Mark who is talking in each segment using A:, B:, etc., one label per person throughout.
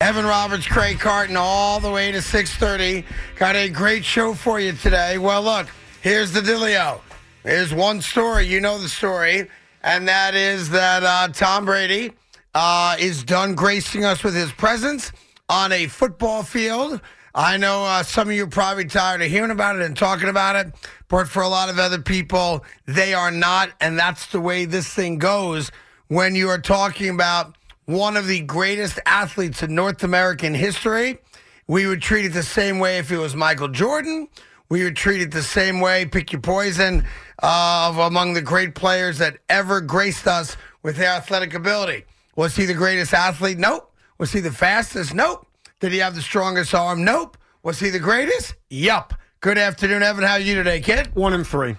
A: Evan Roberts, Craig Carton, all the way to 6.30. Got a great show for you today. Well, look, here's the dealio. Here's one story. You know the story. And that is that uh, Tom Brady uh, is done gracing us with his presence on a football field. I know uh, some of you are probably tired of hearing about it and talking about it, but for a lot of other people, they are not. And that's the way this thing goes when you are talking about one of the greatest athletes in North American history. We would treat it the same way if it was Michael Jordan. We would treat it the same way, pick your poison, uh, of among the great players that ever graced us with their athletic ability. Was he the greatest athlete? Nope. Was he the fastest? Nope. Did he have the strongest arm? Nope. Was he the greatest? Yup. Good afternoon, Evan. How are you today, kid?
B: One and three.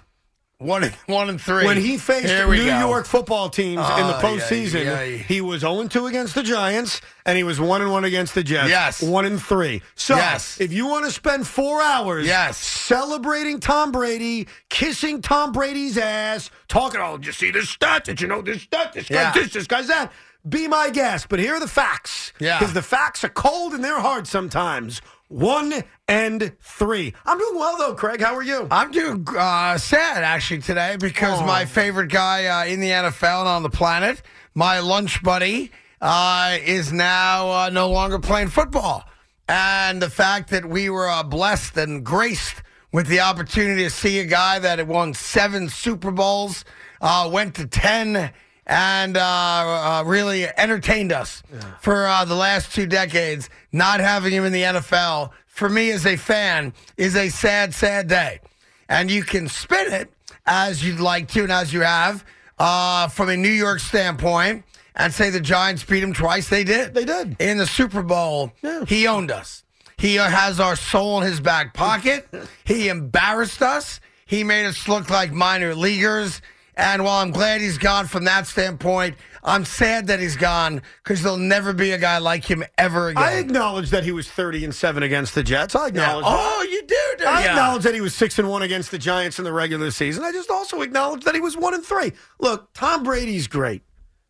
A: One, and- one and three.
B: When he faced
A: Here
B: New
A: we go.
B: York football teams in the
A: Ay,
B: postseason,
A: ay, ay.
B: he was 0 2 against the Giants, and he was 1 1 against the Jets.
A: Yes.
B: 1 and 3. So,
A: Yes.
B: if you want to spend four hours
A: Yes.
B: celebrating Tom Brady, kissing Tom Brady's ass, talking, oh, did you see this stat? Did you know this stat? This
A: Yeah.
B: guy's this, this guy's that. Be my guest, but here are the facts.
A: Yeah.
B: Because the facts are cold and they're hard sometimes. One and three. I'm doing well, though, Craig. How are you?
A: I'm doing uh, sad actually today because
B: Aw.
A: my favorite guy uh, in the NFL and on the planet, my lunch buddy, uh, is now uh, no longer playing football. And the fact that we were uh, blessed and graced with the opportunity to see a guy that had won seven Super Bowls, uh, went to 10, and uh, uh, really entertained us for uh, the last two decades, not having him in the NFL. For me as a fan, is a sad, sad day and you can spin it as you'd like to and as you have uh, from a New York standpoint and say the Giants beat him twice. They did.
B: They did.
A: In the Super Bowl,
B: Yeah.
A: he owned us. He has our soul in his back pocket. he embarrassed us. He made us look like minor leaguers. And while I'm glad he's gone from that standpoint, I'm sad that he's gone because there'll never be a guy like him ever again.
B: I acknowledge that he was 30 and 7 against the Jets. I acknowledge that.
A: oh, you do, do
B: I
A: ya?
B: acknowledge that he was 6 and 1 against the Giants in the regular season. I just also acknowledge that he was 1 and 3. Look, Tom Brady's great.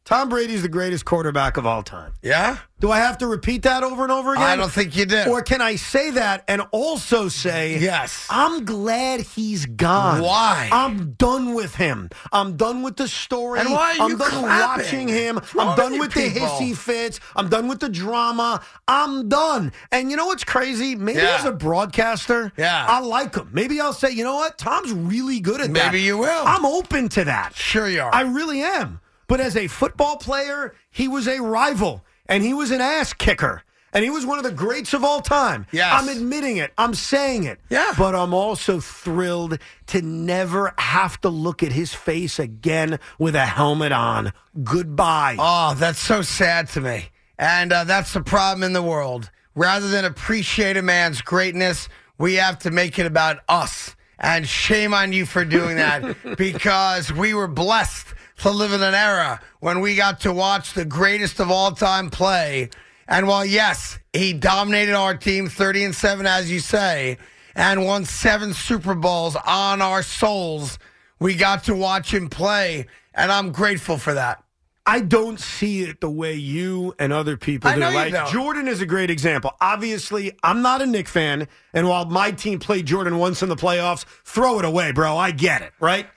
B: Tom Brady's the greatest quarterback of all time.
A: Yeah?
B: Do I have to repeat that over and over again?
A: I don't think you do.
B: Or can I say that and also say,
A: Yes.
B: I'm glad he's gone.
A: Why?
B: I'm done with him. I'm done with the story.
A: And why are
B: I'm
A: you
B: done
A: clapping?
B: watching him.
A: What's wrong
B: I'm done
A: with
B: with
A: you
B: the
A: people?
B: hissy fits. I'm done with the drama. I'm done. And you know what's crazy? Maybe
A: Yeah.
B: as a broadcaster,
A: Yeah.
B: I like him. Maybe I'll say, you know what? Tom's really good at that.
A: Maybe you will.
B: I'm open to that.
A: Sure you are.
B: I really am. But as a football player, he was a rival and he was an ass kicker. And he was one of the greats of all time.
A: Yes.
B: I'm admitting it. I'm saying it.
A: Yeah.
B: But I'm also thrilled to never have to look at his face again with a helmet on. Goodbye.
A: Oh, that's so sad to me. And uh, that's the problem in the world. Rather than appreciate a man's greatness, we have to make it about us. And shame on you for doing that because we were blessed to live in an era when we got to watch the greatest of all time play. And while, yes, he dominated our team 30 and 7, as you say, and won seven Super Bowls on our souls, we got to watch him play. And I'm grateful for that.
B: I don't see it the way you and other people
A: I
B: do.
A: know you
B: like
A: don't.
B: Jordan is a great example. Obviously, I'm not a Nick fan, and while my team played Jordan once in the playoffs, throw it away, bro. I get it, right?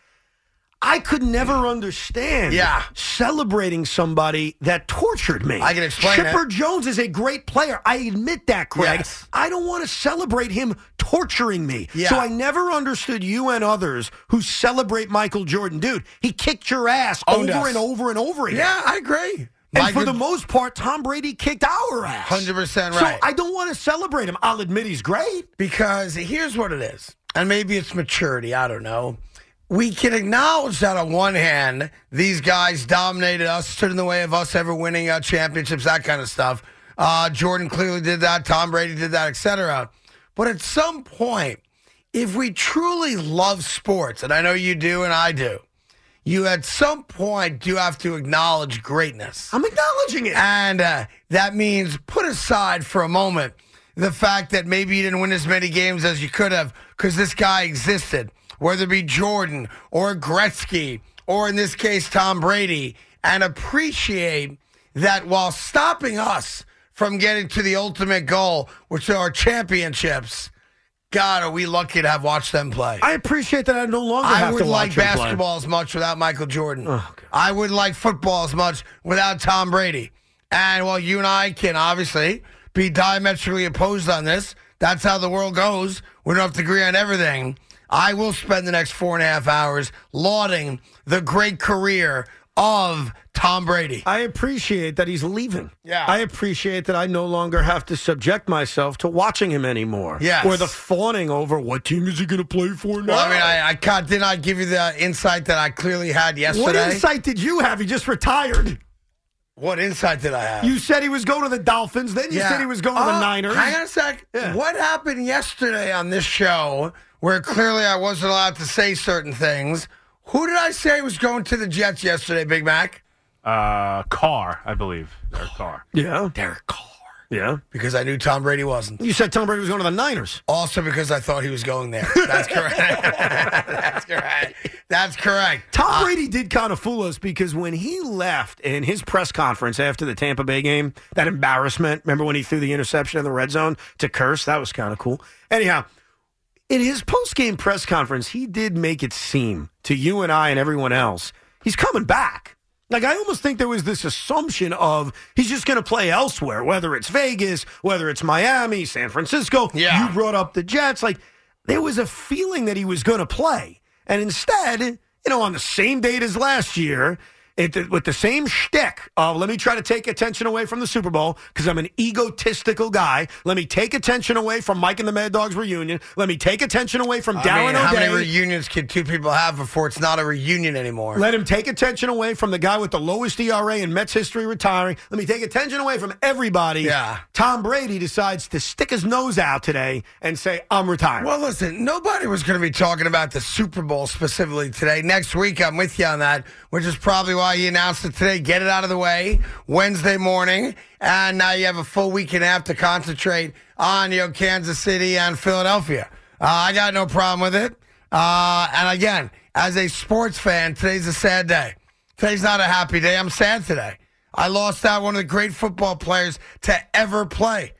B: I could never understand
A: Yeah.
B: celebrating somebody that tortured me.
A: I can explain it.
B: Chipper Jones is a great player. I admit that, Craig.
A: Yes.
B: I don't want to celebrate him torturing me.
A: Yeah.
B: So I never understood you and others who celebrate Michael Jordan. Dude, he kicked your ass
A: Owned
B: over
A: us.
B: and over and over again.
A: Yeah, I agree.
B: And for the most part, Tom Brady kicked our ass.
A: 100%
B: So
A: right.
B: I don't want to celebrate him. I'll admit he's great.
A: because here's what it is, and maybe it's maturity. I don't know. We can acknowledge that on one hand, these guys dominated us, stood in the way of us ever winning uh, championships, that kind of stuff. Uh, Jordan clearly did that. Tom Brady did that, etc. But at some point, if we truly love sports, and I know you do, and I do, you at some point do have to acknowledge greatness.
B: I'm acknowledging it.
A: And uh, that means put aside for a moment the fact that maybe you didn't win as many games as you could have because this guy existed, whether it be Jordan or Gretzky or in this case, Tom Brady, and appreciate that while stopping us from getting to the ultimate goal, which are championships. God, are we lucky to have watched them play?
B: I appreciate that I no longer
A: I
B: have to
A: wouldn't
B: watch
A: like
B: him play.
A: basketball as much without Michael Jordan.
B: God.
A: I wouldn't like football as much without Tom Brady. And while you and I can obviously be diametrically opposed on this, that's how the world goes. We don't have to agree on everything. I will spend the next four and a half hours lauding the great career of Tom Brady.
B: I appreciate that he's leaving.
A: Yeah.
B: I appreciate that I no longer have to subject myself to watching him anymore.
A: Yes.
B: Or the fawning over what team is he going to play for now?
A: Well, I mean, I, I can't, did not give you the insight that I clearly had yesterday.
B: what insight did you have? He just retired.
A: What insight did I have?
B: You said he was going to the Dolphins. Then you said he was going to
A: Oh,
B: the Niners.
A: Hang on a sec.
B: Yeah.
A: What happened yesterday on this show where clearly I wasn't allowed to say certain things? Who did I say was going to the Jets yesterday, Big Mac?
C: Uh, Carr, I believe. Or Carr.
B: Yeah.
A: Derek Carr.
B: Yeah.
A: Because I knew Tom Brady wasn't.
B: You said Tom Brady was going to the Niners.
A: Also because I thought he was going there. That's correct. That's correct. That's correct.
B: Tom Brady did kind of fool us because when he left in his press conference after the Tampa Bay game, that embarrassment, remember when he threw the interception in the red zone to curse? That was kind of cool. Anyhow, in his post game press conference, he did make it seem to you and I and everyone else he's coming back. Like, I almost think there was this assumption of he's just going to play elsewhere, whether it's Vegas, whether it's Miami, San Francisco.
A: Yeah.
B: You brought up the Jets. Like, there was a feeling that he was going to play. And instead, you know, on the same date as last year, it, with the same shtick of let me try to take attention away from the Super Bowl because I'm an egotistical guy. Let me take attention away from Mike and the Mad Dogs reunion. Let me take attention away from
A: I
B: Darren
A: mean, how many
B: O'Day.
A: reunions can two people have before it's not a reunion anymore?
B: Let him take attention away from the guy with the lowest ERA in Mets history retiring. Let me take attention away from everybody.
A: Yeah.
B: Tom Brady decides to stick his nose out today and say, I'm retiring.
A: Well, listen, nobody was going to be talking about the Super Bowl specifically today. Next week, I'm with you on that, which is probably why you announced it today. Get it out of the way Wednesday morning. And now you have a full week and a half to concentrate on you know, Kansas City and Philadelphia. Uh, I got no problem with it. Uh, and again, as a sports fan, today's a sad day. Today's not a happy day. I'm sad today. I lost out one of the great football players to ever play.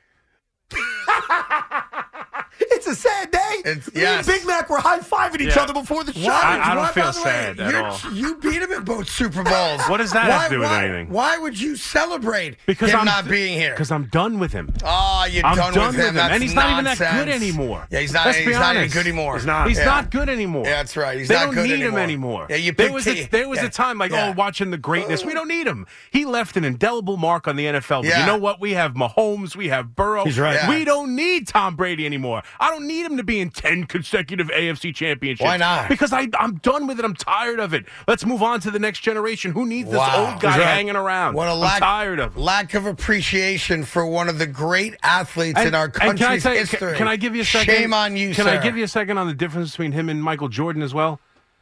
B: it's a sad day.
A: It's-
B: Me
A: yes.
B: and Big Mac were high fiving each
C: Yeah.
B: other before the show.
C: I-
A: Why-
C: I don't
A: why,
C: feel
A: by the
C: sad
A: way,
C: at
A: you're-
C: all.
A: You beat him in both Super Bowls.
C: What does that
A: why,
C: have to do with
A: why-
C: anything?
A: Why would you celebrate him not being here?
C: Because I'm done with him.
A: Oh, you're
C: I'm
A: done,
C: done
A: with
C: with
A: him.
C: him,
A: That's
C: and he's not even that
A: nonsense.
C: good anymore.
A: Yeah, he's not.
C: Let's be
A: he's not even
C: honest.
A: good anymore.
B: He's not.
C: He's
A: Yeah.
C: not good anymore.
A: Yeah, that's right. He's
C: they
A: not
C: don't
A: good
C: need
A: anymore.
C: him anymore.
A: Yeah, you
C: there
A: picked
C: was
A: T-
C: a, there was
A: yeah.
C: a time like
A: Yeah.
C: oh, watching the greatness. We don't need him. He left an indelible mark on the NFL. But
A: Yeah.
C: you know what? We have Mahomes. We have Burrow.
B: He's right. Yeah.
C: We don't need Tom Brady anymore. I don't need him to be in ten consecutive AFC championships.
A: Why not?
C: Because I I'm done with it. I'm tired of it. Let's move on to the next generation. Who needs
A: Wow.
C: this old guy
B: He's right.
C: hanging around?
A: What a
C: I'm
A: lack,
C: tired of. it.
A: lack of appreciation for one of the great athletes in our
C: and
A: country's
C: can I tell you-
A: history.
C: Can, can I give you a second?
A: Shame on you,
C: Can
A: sir.
C: I give you a second on the difference between him and Michael Jordan as well?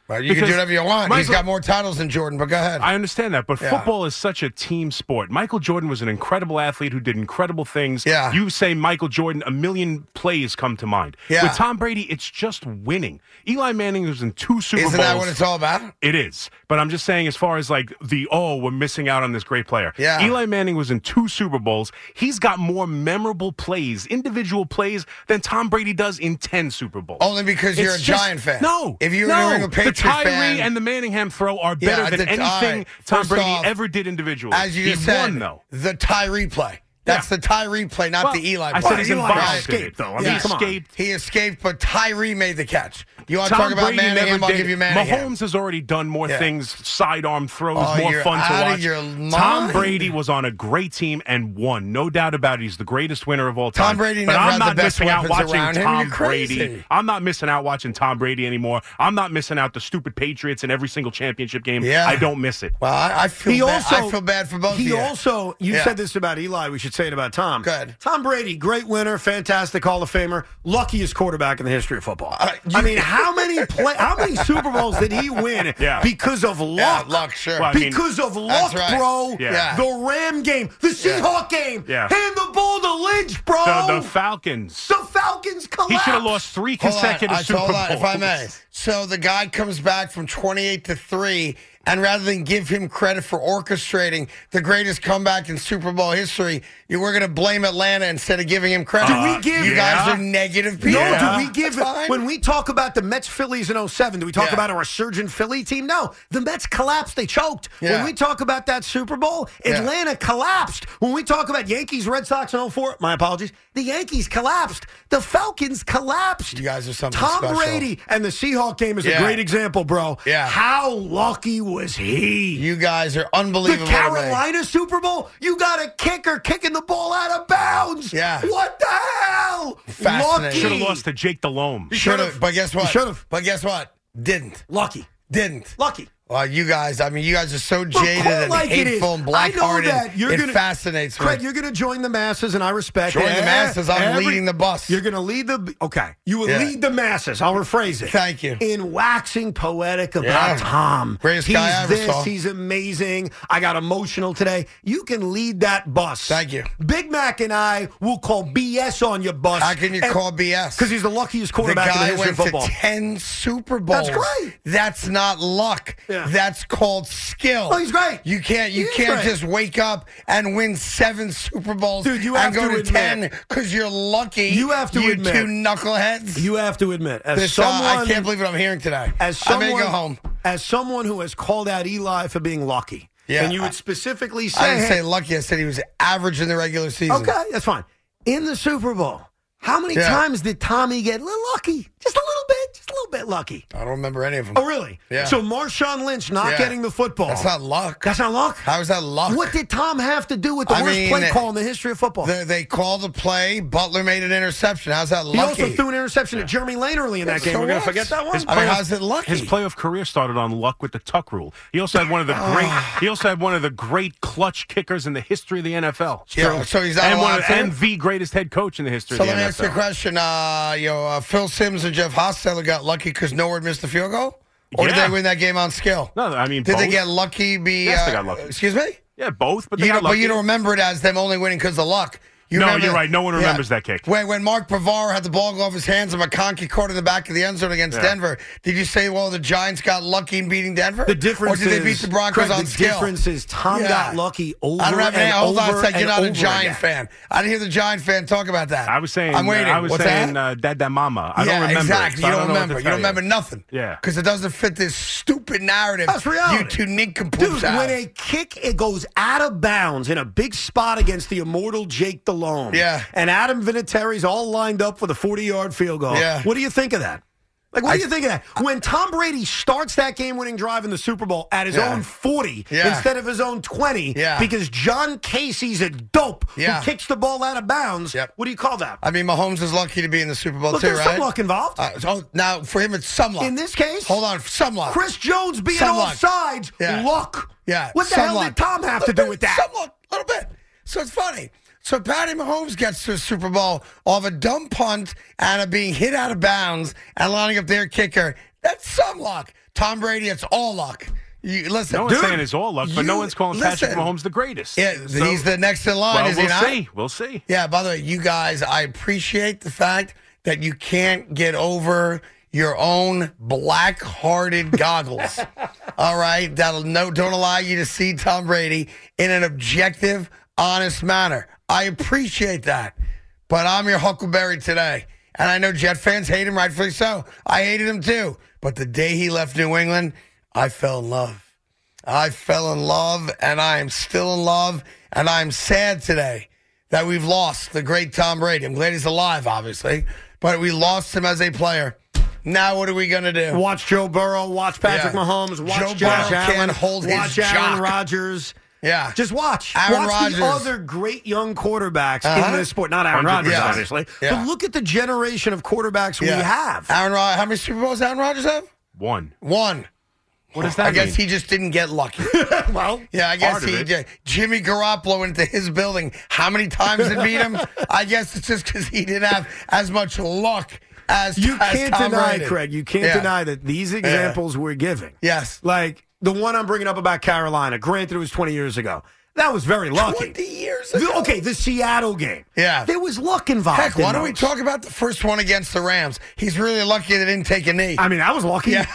A: Well, you can do
C: because
A: whatever you want. he's
C: Michael-
A: got more titles than Jordan, but go ahead.
C: I understand that, but
A: Yeah.
C: football is such a team sport. Michael Jordan was an incredible athlete who did incredible things.
A: Yeah.
C: You say Michael Jordan, a million plays come to mind.
A: Yeah.
C: With Tom Brady, it's just winning. Eli Manning was in two Super
A: Isn't
C: Bowls.
A: that what it's all about?
C: It is. But I'm just saying, as far as like the, oh, we're missing out on this great player.
A: Yeah.
C: Eli Manning was in two Super Bowls. He's got more memorable plays, individual plays, than Tom Brady does in 10 Super Bowls.
A: Only Oh, because you're
C: It's
A: a
C: just-
A: Giant fan.
C: No.
A: If you were
C: no.
A: a New England Patriots
C: The Tyree
A: fan,
C: and the Manningham throw are
A: Yeah,
C: better than
A: the- all
C: anything
A: right.
C: Tom
A: First
C: Brady
A: off,
C: ever did individually.
A: as you
C: he
A: just said,
C: won, though.
A: the Tyree play. That's
C: Yeah.
A: the Tyree play, not
C: Well,
A: the Eli play.
C: I said he's
B: Eli
C: involved in
B: escaped,
C: it.
B: though. I
C: He
A: mean,
B: come on.
C: escaped.
A: He escaped, but Tyree made the catch. You want to
C: Tom
A: talk about
C: Brady
A: Manningham?
C: never
A: I'll
C: did
A: give
C: it.
A: you Manningham.
C: Mahomes has already done more
A: Yeah.
C: things, sidearm throws,
A: Oh,
C: more
A: you're
C: fun to
A: outta
C: watch.
A: your mind.
C: Tom Brady was on a great team and won, no doubt about it. He's the greatest winner of all time.
A: Tom Brady
C: but
A: never
C: I'm
A: had the
C: not
A: best
C: missing out
A: weapons
C: watching
A: around him.
C: Tom
A: You're crazy.
C: Brady. I'm not missing out watching Tom Brady anymore. I'm not missing out the stupid Patriots in every single championship game.
A: Yeah.
C: I don't miss it.
A: Well, I, I feel
B: He
A: bad.
B: also
A: I feel bad for both
B: He
A: of you.
B: also you
A: Yeah.
B: said this about Eli. We should say it about Tom.
A: Good.
B: Tom Brady, great winner, fantastic Hall of Famer, luckiest quarterback in the history of football.
A: Uh, you-
B: I mean, how many play, how many Super Bowls did he win
C: Yeah.
B: because of luck?
A: luck, sure.
C: Well, I mean-
B: because of
A: That's
B: luck,
A: right.
B: bro.
C: Yeah.
A: Yeah.
B: The Ram game, the Seahawk game,
C: Yeah.
B: hand the ball to Lynch, bro.
C: The, the Falcons.
B: The Falcons collapsed.
C: he should have lost three
A: Hold on,
C: consecutive
A: I-
C: Super
A: hold
C: Bowls.
A: on, if I may. So the guy comes back from 28 to 3 And rather than give him credit for orchestrating the greatest comeback in Super Bowl history, you were going to blame Atlanta instead of giving him credit.
B: Do we give-
A: you guys
C: yeah.
A: are negative people?
B: Uh, No, do we give
A: That's fine.
B: when we talk about the Mets Phillies in 07, do we talk
A: Yeah.
B: about a resurgent Philly team? No. The Mets collapsed, they choked.
A: Yeah.
B: When we talk about that Super Bowl,
A: Yeah.
B: Atlanta collapsed. When we talk about Yankees Red Sox in 04, my apologies, the Yankees collapsed. The Falcons collapsed.
A: You guys are something
B: Tom
A: special.
B: Brady and the Seahawk game is
A: Yeah.
B: a great example, bro.
A: Yeah.
B: How lucky was he?
A: You guys are
B: the
A: unbelievable. to me.
B: Carolina Super Bowl, you got a kicker kicking the ball out of bounds.
A: Yeah.
B: What the hell?
A: Fascinating.
B: Lucky.
C: Should have lost to Jake DeLome.
A: Should have,
B: should've.
A: but guess what?
B: You should've.
A: But guess what? Didn't.
B: Lucky.
A: Didn't.
B: Lucky.
A: Well, you guys, I mean, you guys are so jaded
B: But quite
A: and
B: like it is.
A: hateful and
B: I
A: black
B: know
A: hearted.
B: that. You're
A: it
B: gonna,
A: fascinates me.
B: Craig, you're going to join the masses, and I respect
A: Join
B: it.
A: the masses. I'm leading the bus.
B: You're going to lead the. Okay. You will
A: Yeah.
B: lead the masses. I'll rephrase it.
A: Thank you.
B: In waxing poetic about
A: Yeah.
B: Tom.
A: Greatest
B: he's
A: guy I ever
B: this,
A: saw.
B: He's amazing. I got emotional today. You can lead that bus.
A: Thank you.
B: Big Mac and I will call BS on your bus.
A: How can you call BS?
B: Because he's the luckiest
A: the
B: quarterback in the
A: guy
B: history
A: went
B: of football.
A: to 10 Super Bowls.
B: great.
A: That's not luck.
B: Yeah.
A: That's called skill.
B: Oh, he's great.
A: You can't you
B: He is
A: can't
B: great.
A: just wake up and win 7 Super Bowls
B: Dude, you
A: and
B: have
A: go
B: to
A: to,
B: admit-
A: 10 cuz you're lucky.
B: You have to
A: you
B: admit-
A: two knuckleheads.
B: you have to admit, as
A: This, uh,
B: someone,
A: I can't believe what I'm hearing today.
B: as someone,
A: I may go home.
B: as someone who has called out Eli for being lucky,
A: Yeah,
B: and you
A: I-
B: would specifically say,
A: I didn't
B: hey,
A: say lucky. I said he was average in the regular season.
B: Okay, that's fine. In the Super Bowl, how many
A: Yeah.
B: times did Tommy get a little lucky? Just a little bit, just a little bit lucky.
A: I don't remember any of them.
B: Oh, really?
A: Yeah.
B: So Marshawn Lynch not
A: Yeah.
B: getting the football.
A: That's not luck.
B: That's not luck.
A: How is that luck?
B: What did Tom have to do with the
A: I
B: worst
A: mean,
B: play call in the history of football?
A: They, they called the play. Butler made an interception. How's that lucky?
B: he also threw an interception at Jeremy Lane early in that game.
A: So
B: We're going
A: what?
B: to forget that one.
A: His I mean, how's it lucky?
C: His playoff career started on luck with the tuck rule. He also had one of the great. He also had one of the great clutch kickers in the history of the NFL.
A: Yeah, so he's not
C: and one
A: allowed
C: of
A: to?
C: and the greatest head coach in the history
A: so
C: of
A: let
C: the
A: me
C: NFL.
A: ask you a question. Uh, you know, uh, Phil Sims and Jeff Hosteller got lucky because Norwood missed the field goal, or did
C: Yeah.
A: they win that game on skill?
C: No, I mean
A: Did they
C: both.
A: get lucky? Be
C: Yes, they
A: uh,
C: got lucky.
A: Excuse me.
C: Yeah, both, but they
A: You
C: got
A: don't, but
C: lucky.
A: you don't remember it as them only winning because of luck. You
C: No,
A: remember-
C: you're right. No one remembers that kick.
A: When, when Mark Pavaro had the ball go off his hands and McConkey caught it in the back of the end zone against
C: Yeah.
A: Denver, did you say, well, the Giants got lucky in beating Denver?
B: The difference
A: Or did
B: is,
A: they beat the Broncos
B: Craig,
A: on
B: the
A: skill?
B: difference is Tom
A: Yeah.
B: got lucky over
A: I don't have
B: and
A: any- Hold on
B: over
A: a second. You're
B: and
A: not a
B: over
A: Giant
B: again.
A: fan. I didn't hear the Giant fan talk about that.
C: I was saying.
A: I'm waiting.
C: I was
A: What's
C: saying,
A: that?
C: uh, Dad, that mama. I
A: yeah,
C: don't remember.
A: exactly.
C: so I
A: you don't,
C: know what to
A: remember. You
C: tell
A: don't remember nothing.
C: Yeah.
A: because it doesn't fit this stupid narrative.
B: That's reality.
A: You two nincompoops.
B: Dude,
A: have.
B: when a kick it goes out of bounds in a big spot against the immortal Jake DeLone,
A: Yeah.
B: and Adam Vinatieri's all lined up for the forty-yard field goal.
A: Yeah.
B: what do you think of that? Like, what do you think of that? When Tom Brady starts that game-winning drive in the Super Bowl at his
A: Yeah.
B: own forty
A: Yeah.
B: instead of his own twenty,
A: Yeah.
B: because John Casey's a dope
A: Yeah.
B: who kicks the ball out of bounds.
A: Yep.
B: What do you call that?
A: I mean, Mahomes is lucky to be in the Super Bowl
B: Look,
A: too,
B: there's
A: right?
B: some luck involved.
A: Uh, so now for him, it's some luck.
B: in this case,
A: hold on, some luck.
B: Chris Jones being
A: Some luck.
B: offsides,
A: Yeah.
B: luck.
A: yeah,
B: What the
A: some
B: hell
A: luck.
B: did Tom have to
A: Little
B: do with
A: bit,
B: that?
A: Some luck, a little bit. So it's funny. So Patty Mahomes gets to the Super Bowl off a dumb punt and a being hit out of bounds and lining up their kicker. That's some luck. Tom Brady, it's all luck. You, listen,
C: No one's
A: dude,
C: saying it's all luck, but no
A: you-
C: one's calling Patrick
A: listen.
C: Mahomes the greatest.
A: Yeah,
C: So-
A: he's the next in line,
C: Well,
A: is
C: we'll
A: he not?
C: see. We'll see.
A: Yeah, by the way, you guys, I appreciate the fact that you can't get over your own black hearted goggles. All right. That'll no don't allow you to see Tom Brady in an objective, honest manner. I appreciate that. But I'm your Huckleberry today. And I know Jet fans hate him, rightfully so. I hated him too. But the day he left New England, I fell in love. I fell in love and I am still in love and I'm sad today that we've lost the great Tom Brady. I'm glad he's alive, obviously, but we lost him as a player. Now what are we gonna do?
B: Watch Joe Burrow, watch Patrick
A: Yeah.
B: Mahomes, watch
A: Joe
B: Josh
A: Burrow
B: Allen,
A: can't hold his
B: watch Aaron
A: jock.
B: Rodgers.
A: Yeah.
B: Just watch.
A: Aaron
B: watch
A: Rodgers.
B: the other great young quarterbacks
A: Uh-huh.
B: in this sport. Not Aaron Rodgers,
C: 100%.
A: Yeah.
B: obviously.
A: Yeah.
B: But look at the generation of quarterbacks we have.
A: Aaron Rodgers. How many Super Bowls Aaron Rodgers have?
C: One.
A: One.
C: What does that
A: I
C: mean?
A: guess he just didn't get lucky.
B: well,
A: Yeah, I guess
C: Part of
A: he
C: it.
A: yeah, Jimmy Garoppolo went to his building. How many times it beat him? I guess it's just because he didn't have as much luck as
B: you
A: as
B: can't
A: Tom
B: deny,
A: Brady.
B: Craig, you can't
A: Yeah.
B: deny that these examples we're giving.
A: Yes.
B: Like the one I'm bringing up about Carolina, granted it was 20 years ago. That was very lucky.
A: Twenty years
B: The-
A: ago.
B: okay, the Seattle game.
A: Yeah.
B: There was luck involved.
A: Heck, why
B: in
A: don't we
B: those.
A: talk about the first one against the Rams? He's really lucky they didn't take a knee.
B: I mean, I was lucky.
A: Yeah.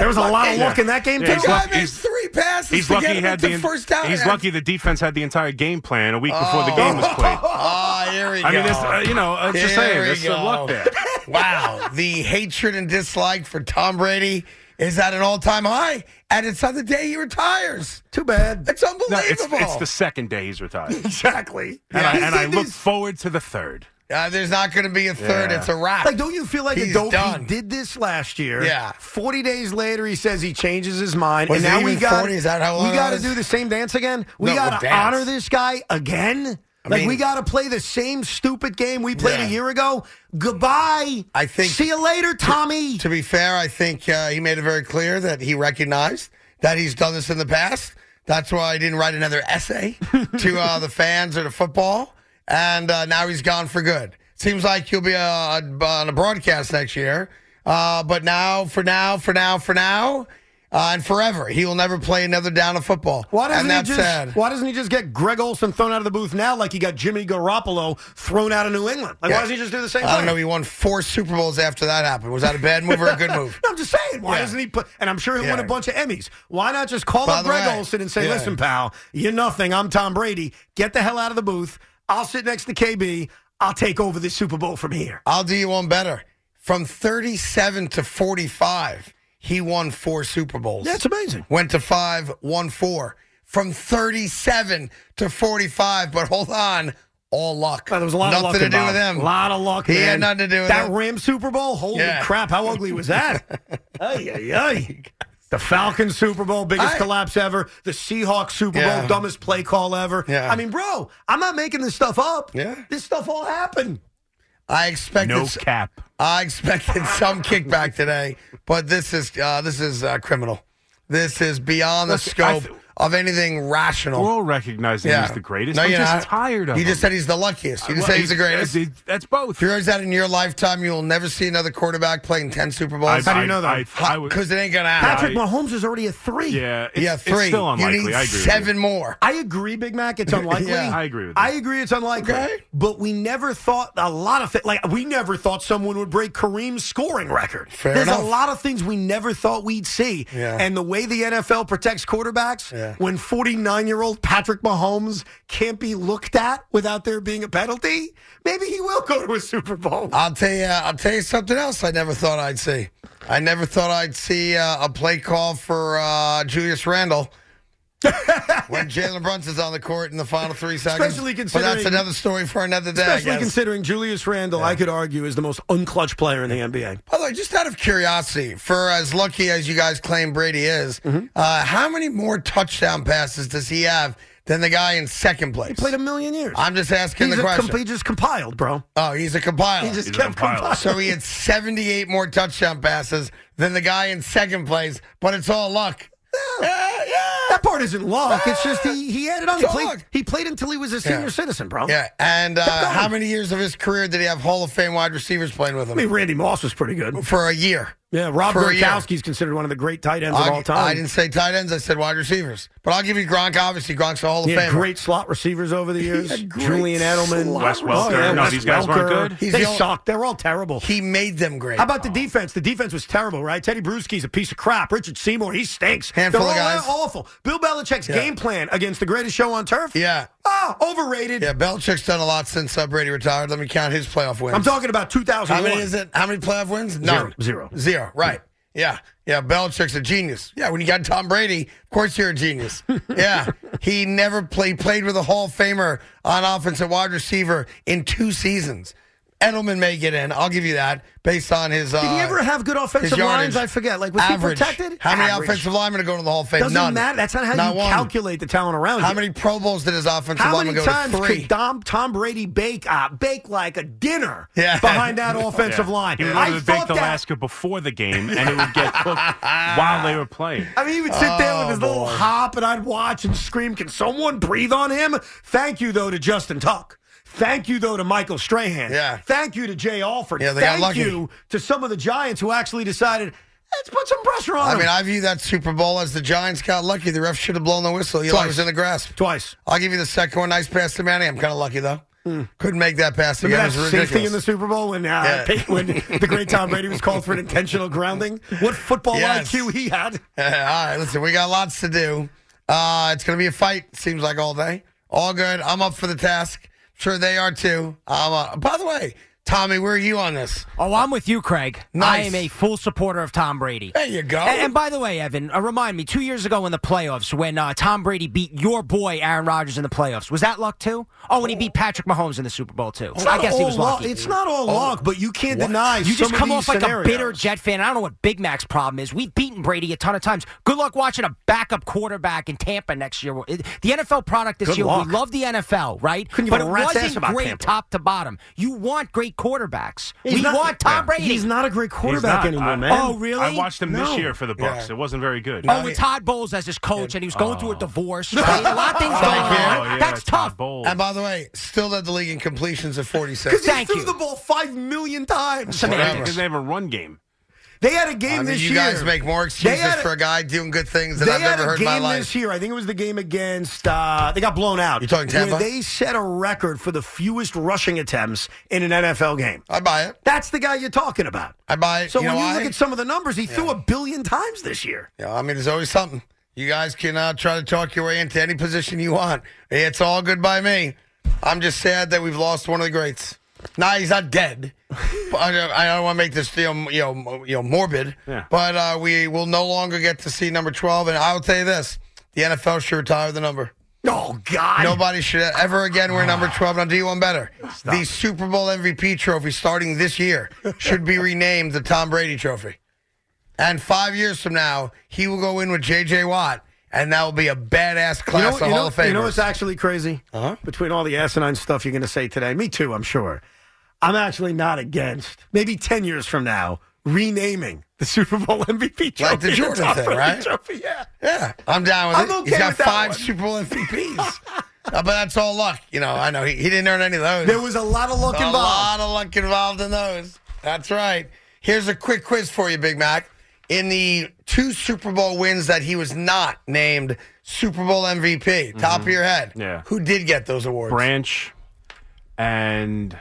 B: There was a lot of luck in that game,
C: Yeah,
B: too.
C: he's
A: The guy
C: luck-
A: made
C: he's-
A: three passes
C: He's
A: to
C: lucky
A: get
C: he
A: him
C: had
A: into
C: the en-
A: first down.
C: He's lucky the defense had the entire game plan a week before the game was played.
A: Ah, here we Oh. go.
C: I mean, it's, uh, you know, uh, just
A: Here
C: saying,
A: we
C: there's
A: go.
C: some luck there.
A: wow, the hatred and dislike for Tom Brady is at an all-time high, and it's on the day he retires.
B: Too bad.
A: It's unbelievable.
C: No, it's, it's the second day he's retired,
B: Exactly.
C: and, I,
A: He's
C: and I
A: in
C: look
A: this-
C: forward to the third.
A: Uh, there's not going to be a third.
C: Yeah.
A: It's a wrap.
B: Like, don't you feel like a
A: He's
B: dope?
A: done.
B: He did this last year.
A: Yeah.
B: Forty days later, he says he changes his mind,
A: Was
B: and
A: it
B: now we
A: even
B: got
A: 40? Is that how long
B: we
A: it
B: got to
A: was?
B: do the same dance again. We
A: No, well,
B: got to
A: dance.
B: honor this guy again. like
A: mean-
B: we got to play the same stupid game we played
A: Yeah.
B: a year ago. Goodbye.
A: I think-
B: See you later, Tommy.
A: To be fair, I think uh, he made it very clear that he recognized that he's done this in the past. That's why I didn't write another essay to uh, the fans or to football. And uh, now he's gone for good. Seems like he'll be uh, on a broadcast next year. Uh, but now, for now, for now, for now, uh, and forever, he will never play another down of football.
B: Why doesn't
A: and that's
B: he just?
A: sad.
B: Why doesn't he just get Greg Olson thrown out of the booth now, like he got Jimmy Garoppolo thrown out of New England? Like,
A: Yeah.
B: why doesn't he just do the same
A: I don't
B: thing?
A: know. He won four Super Bowls after that happened. Was that a bad move or a good move?
B: I'm just saying, why
A: Yeah.
B: doesn't he put? And I'm sure he'll win a
A: Yeah.
B: bunch of Emmys. Why not just call
A: By
B: up
A: the
B: Greg
A: way,
B: Olson and say,
A: yeah.
B: "Listen, pal, you're nothing. I'm Tom Brady. Get the hell out of the booth. I'll sit next to KB. I'll take over the Super Bowl from here."
A: I'll do you one better. From 37 to 45, he won four Super Bowls.
B: amazing.
A: Went to five, won four. From 37 to 45, but hold on, all luck.
B: There was a lot
A: nothing
B: of luck
A: to do
B: involved.
A: with him.
B: A lot of luck.
A: He
B: man.
A: had nothing to do with
B: that
A: it.
B: Ram Super Bowl. Holy
A: Yeah.
B: crap! How ugly was that? ay, ay, ay. The Falcons Super Bowl, biggest
A: I-
B: collapse ever. The Seahawks Super
A: Yeah.
B: Bowl, dumbest play call ever.
A: Yeah.
B: I mean, bro, I'm not making this stuff up.
A: Yeah.
B: This stuff all happened.
A: I expected.
C: No cap.
A: I expected some kickback today, but this is uh, this is uh, criminal. This is beyond the
C: Look, I
A: scope
C: th-
A: of anything rational.
C: We're all recognizing he's the greatest.
A: No,
C: I'm
A: you're
C: just
A: not.
C: tired of
A: You
C: him.
A: just said he's the luckiest. You just
C: Well,
A: said he's the greatest.
C: uh, That's both.
A: You realize that in your lifetime you will never see another quarterback playing ten Super Bowls?
B: How do you know that?
C: I, I, I would-
A: Because it ain't gonna happen.
B: Patrick Mahomes is already a three.
C: yeah, it's,
A: yeah, three.
C: It's still unlikely.
A: You need
C: I agree. With
A: seven more.
B: I agree, Big Mac. It's unlikely.
A: Yeah.
C: I agree with
B: I
C: you.
B: agree. It's unlikely.
A: Okay.
B: But we never thought a lot of thi- like we never thought someone would break Kareem's scoring record.
A: Fair
B: There's
A: enough.
B: a lot of things we never thought we'd see.
A: Yeah.
B: And the way the NFL protects quarterbacks,
A: Yeah.
B: when 49 year old Patrick Mahomes can't be looked at without there being a penalty, maybe he will go to a Super Bowl.
A: I'll tell you. I'll tell you something else. I never thought I'd see. I never thought I'd see uh, a play call for uh, Julius Randle when Jalen Brunson's on the court in the final three seconds.
B: Especially
A: but that's
B: considering-
A: another story for another day. I
B: Especially
A: guess.
B: considering Julius Randle, I could argue, is the most unclutch player in the NBA.
A: By the way, just out of curiosity, for as lucky as you guys claim Brady is,
B: Mm-hmm.
A: uh, how many more touchdown passes does he have than the guy in second place?
B: Played a million years.
A: I'm just asking
B: he's
A: the
B: a
A: question.
B: comp- he just compiled, bro.
A: oh, he's a compiler.
B: He just
C: He's a
B: kept
C: compiler.
B: compiling.
A: so he had 78 more touchdown passes than the guy in second place, but it's all luck. Yeah, yeah.
B: That part isn't luck. It's just he, he added on. He
A: It's
B: played,
A: luck.
B: he played until he was a senior
A: Yeah.
B: citizen, bro.
A: Yeah, and uh,
B: going.
A: how many years of his career did he have Hall of Fame wide receivers playing with him?
B: I mean, Randy Moss was pretty good.
A: for a year.
B: Yeah, Rob
A: For a year.
B: Gronkowski's considered one of the great tight ends of
A: I'll-
B: all
A: I
B: time.
A: didn't say tight ends. I said wide receivers. But I'll give you Gronk. Obviously, Gronk's a Hall of
B: He had
A: Famer.
B: great slot receivers over the years.
A: had great
B: Julian Edelman, Oh,
A: slot
C: Wes Welker. No, these guys weren't good.
A: He's
B: they
A: the only-
B: sucked. They're all terrible.
A: He made them great.
B: How about the defense? The defense was terrible, right? Teddy Bruschi's a piece of crap. Richard Seymour, he stinks.
A: Handful
B: They're
A: of
B: all
A: guys.
B: awful. Bill Belichick's
A: Yeah.
B: game plan against the greatest show on turf.
A: Yeah.
B: Ah, overrated.
A: Yeah, Belichick's done a lot since uh, Brady retired. Let me count his playoff wins.
B: I'm talking about 2001.
A: How many is it? How many playoff wins? None.
B: Zero.
A: Zero. Right. Yeah. Yeah. Belichick's a genius. Yeah. When you got Tom Brady, of course you're a genius. yeah. He never played played with a Hall of Famer on offense and wide receiver in two seasons. Edelman may get in. I'll give you that based on his. Uh,
B: Did he ever have good
A: his
B: offensive
A: yardage.
B: lines? I forget. Like was
A: Average.
B: he protected?
A: How many
B: Average.
A: offensive linemen are going to the Hall of Fame?
B: Doesn't
A: None.
B: matter. That's not how
A: Not
B: you
A: one.
B: calculate the talent around
A: How
B: you.
A: many Pro Bowls did his offensive
B: How
A: lineman
B: many
A: go
B: times
A: to? Three.
B: could Dom, Tom Brady bake uh, bake like a dinner
A: Yeah.
B: behind that offensive
C: Yeah.
B: line?
C: He would
B: I
C: have
B: thought
C: baked
B: that.
C: Alaska before the game, and it would get cooked while they were playing.
B: I mean, he would sit there
A: Oh,
B: with his little hop, and I'd watch and scream, "Can someone breathe on him?" Thank you though to Justin Tuck. Thank you though to Michael Strahan.
A: Yeah.
B: Thank you to Jay Alford.
A: Yeah, they got
B: Thank
A: lucky.
B: you to some of the Giants who actually decided, let's put some pressure on
A: I
B: him.
A: mean, I view that Super Bowl as the Giants got lucky. The ref should have blown the whistle. Eli
B: Twice.
A: was in the grasp.
B: Twice.
A: I'll give you the second one. Nice pass to Manning. I'm kind of lucky, though. Couldn't make that pass again.
B: Remember
A: It
B: Hmm. that
A: was
B: safety
A: ridiculous.
B: in the Super Bowl when, uh,
A: Yeah.
B: Peyton- when the great Tom Brady was called for an intentional grounding? What football
A: Yes.
B: IQ he had.
A: Uh, all right, listen, we got lots to do. Uh, it's going to be a fight, seems like all day. All good. I'm up for the task. Sure, they are too. I'm, uh, by the way, Tommy, where are you on this?
D: Oh, I'm with you, Craig. I
A: Nice.
D: am a full supporter of Tom Brady.
A: There you go.
D: A- And, by the way, Evan, uh, remind me, two years ago in the playoffs, when uh, Tom Brady beat your boy Aaron Rodgers in the playoffs, was that luck too? Oh, and he beat Patrick Mahomes in the Super Bowl too. I
B: not
D: guess he
B: all
D: was
B: luck-
D: lucky.
B: It's not all
A: Oh.
B: luck, but you can't deny.
D: you just
B: some of
D: come
B: these
D: off like
B: scenarios.
D: a bitter Jet fan. I don't know what Big Mac's problem is. We've beaten Brady a ton of times. Good luck watching a backup quarterback in Tampa next year. It- The NFL product this
B: Good
D: year,
B: luck.
D: we love the NFL, right?
B: Couldn't give
D: but
B: a
D: it
B: rat's
D: wasn't
B: ass about
D: great
B: Tampa.
D: top to bottom. You want great quarterbacks.
B: He's
D: we
B: not-
D: want Tom
B: yeah.
D: Brady.
B: He's not a great quarterback
C: not.
B: anymore,
C: I-
B: man.
D: Oh, really?
C: I watched him
B: No.
C: this year for the Bucks.
A: Yeah.
C: It wasn't very good.
D: Oh, with Todd Bowles as his coach, and he was going through a divorce. right? A lot of things
A: Thank
D: going
A: you.
D: on.
A: Oh,
C: yeah,
D: That's
C: Todd
D: tough.
C: Bowles.
A: and by the way, still led the league in completions at 46.
B: Because he
D: Thank
B: threw
D: you.
B: the ball five million times.
D: Some
A: Whatever.
C: He doesn't have a run game.
B: They had a game
A: I mean,
B: this
A: you
B: year.
A: guys make more
B: They
A: excuses
B: had a-
A: for a guy doing good things than
B: They
A: I've
B: had
A: ever
B: a
A: heard in my
B: game
A: life.
B: this year. I think it was the game against. Uh, they got blown out.
A: You talking Tampa?
B: Where they set a record for the fewest rushing attempts in an NFL game.
A: I buy it.
B: That's the guy you're talking about.
A: I buy it.
B: So
A: You
B: when
A: know
B: you
A: why?
B: look at some of the numbers, he threw a billion times this year.
A: Yeah, I mean, there's always something. You guys can uh, try to talk your way into any position you want. It's all good by me. I'm just sad that we've lost one of the greats. Nah, he's not dead. But I don't, want to make this deal, you know, mo- you know, morbid.
C: Yeah.
A: But uh, we will no longer get to see number 12. And I will tell you this: the NFL should retire the number.
B: Oh God!
A: Nobody should ever again wear number
B: Ah.
A: 12. And I'll do you one better. The Super Bowl MVP trophy starting this year should be renamed the Tom Brady trophy. And five years from now, he will go in with J.J. Watt, and that will be a badass
B: You know,
A: class
B: what- you
A: of
B: know,
A: Hall of Famers.
B: you know what's actually crazy?
A: Uh-huh.
B: Between all the asinine stuff you're going to say today, me too, I'm sure. I'm actually not against maybe 10 years from now renaming the Super Bowl MVP trophy.
A: Like the Jordan
B: Tom
A: thing,
B: Brady
A: right?
B: Trophy, yeah.
A: yeah, I'm down with
B: I'm
A: it.
B: okay
A: He's got
B: with that
A: five
B: one.
A: Super Bowl MVPs. Uh, but that's all luck. You know, I know he, he didn't earn any of those.
B: There was a lot of luck
A: a
B: involved.
A: lot of luck involved in those. That's right. Here's a quick quiz for you, Big Mac. In the two Super Bowl wins that he was not named Super Bowl MVP, top of your head,
C: Yeah.
A: who did get those awards?
C: Branch and damn,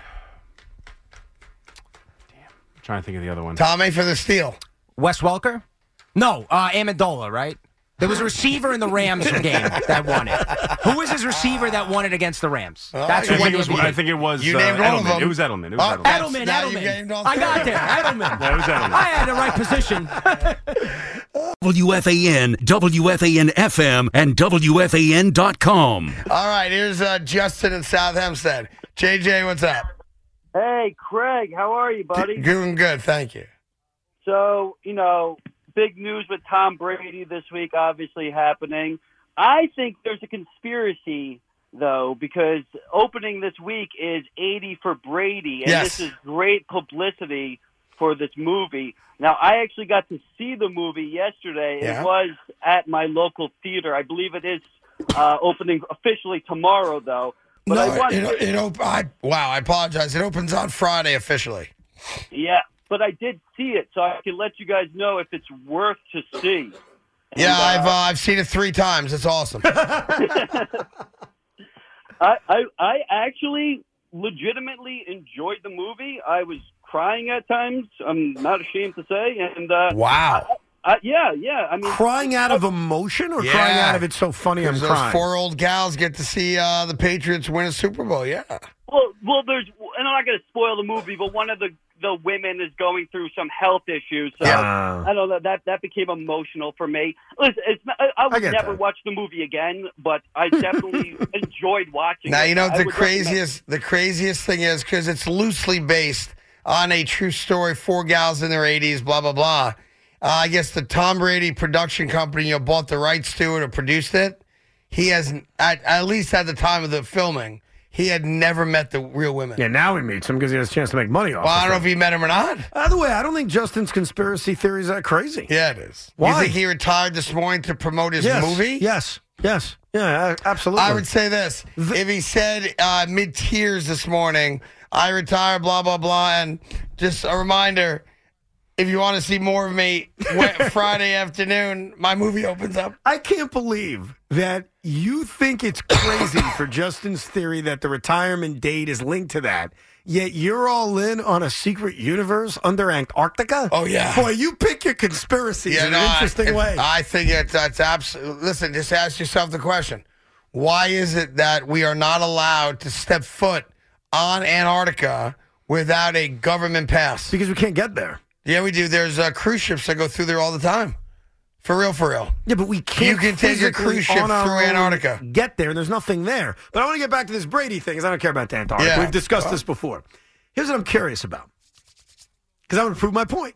C: I'm trying to think of the other one.
A: Tommy for the steal.
D: Wes Welker? No, uh, Amendola, right? There was a receiver in the Rams game that won it. Who was his receiver that won it against the Rams? That's
A: I
D: who
C: I
A: What
D: won
C: think
D: the
C: it was.
D: MVP.
C: I think it was.
A: You
C: uh,
A: named
C: Edelman.
A: all of them.
C: It was Edelman. It was
A: Oh,
C: Edelman.
A: that's-
D: Edelman,
A: Now you
D: Edelman.
A: gained all
D: I got
A: three.
D: there. Edelman.
C: Yeah, it was Edelman.
D: I had the right position.
E: WFAN, WFAN FM, and WFAN.com.
A: All right, here's uh, Justin in South Hempstead. JJ, what's up?
F: Hey, Craig, how are you, buddy?
A: Doing good, thank you.
F: So, you know, big news with Tom Brady this week, obviously happening. I think there's a conspiracy, though, because opening this week is 80 for Brady, and
A: Yes.
F: this is great publicity for this movie. Now, I actually got to see the movie yesterday.
A: Yeah.
F: It was at my local theater. I believe it is uh, opening officially tomorrow, though. But I
A: no,
F: watched
A: it, it, it op- I, wow, I apologize. It opens on Friday officially.
F: Yeah, but I did see it, so I can let you guys know if it's worth to see.
A: Yeah,
F: uh,
A: I've uh, I've seen it three times. It's awesome.
F: I, I, I actually legitimately enjoyed the movie. I was crying at times. I'm not ashamed to say, and uh,
A: wow.
F: I, yeah, yeah. I mean,
B: Crying out of emotion or
A: Yeah.
B: crying out of it's so funny I'm
A: Because those
B: crying?
A: four old gals get to see uh, the Patriots win a Super Bowl. Yeah,
F: well, well, there's, and I'm not going to spoil the movie, but one of the the women is going through some health issues. So
A: Yeah.
B: Uh,
F: I don't know that that became emotional for me. Listen, it's not, I, I
B: I
F: would
B: get
F: never
B: that.
F: watch the movie again, but I definitely enjoyed watching.
A: now
F: it.
A: you know
F: I
A: what the
F: would recommend-
A: craziest the craziest thing is because it's loosely based on a true story. Four gals in their 80s, blah blah blah. Uh, I guess the Tom Brady production company you know, bought the rights to it or produced it. He has at, at least at the time of the filming, he had never met the real women.
B: yeah, now he meets him because he has a chance to make money off.
A: Well, I
B: of
A: don't know
B: it.
A: if he met him or not.
B: By the way, I don't think Justin's conspiracy theory is that crazy.
A: Yeah, it is. You
B: Why?
A: think he retired this morning to promote his
B: Yes.
A: movie?
B: Yes. Yes. Yeah. a- Absolutely.
A: I would say this: if he said uh, mid tears this morning, "I retire," blah blah blah, and just a reminder: if you want to see more of me, we- Friday afternoon, my movie opens up.
B: I can't believe that you think it's crazy for Justin's theory that the retirement date is linked to that, yet you're all in on a secret universe under Antarctica?
A: Oh, yeah.
B: Boy, you pick your conspiracies in an
A: no,
B: interesting
A: I,
B: way.
A: I think it's, that's absolutely. Listen, just ask yourself the question: Why is it that we are not allowed to step foot on Antarctica without a government pass?
B: because we can't get there.
A: Yeah, we do. There's uh, cruise ships that go through there all the time. For real, for real.
B: Yeah, but we can't.
A: can take a
B: physically
A: cruise ship
B: on our
A: through
B: own
A: Antarctica.
B: Get there, and there's nothing there. But I want to get back to this Brady thing because I don't care about the Antarctica.
A: Yeah.
B: We've discussed this before. Here's what I'm curious about because I want to prove my point.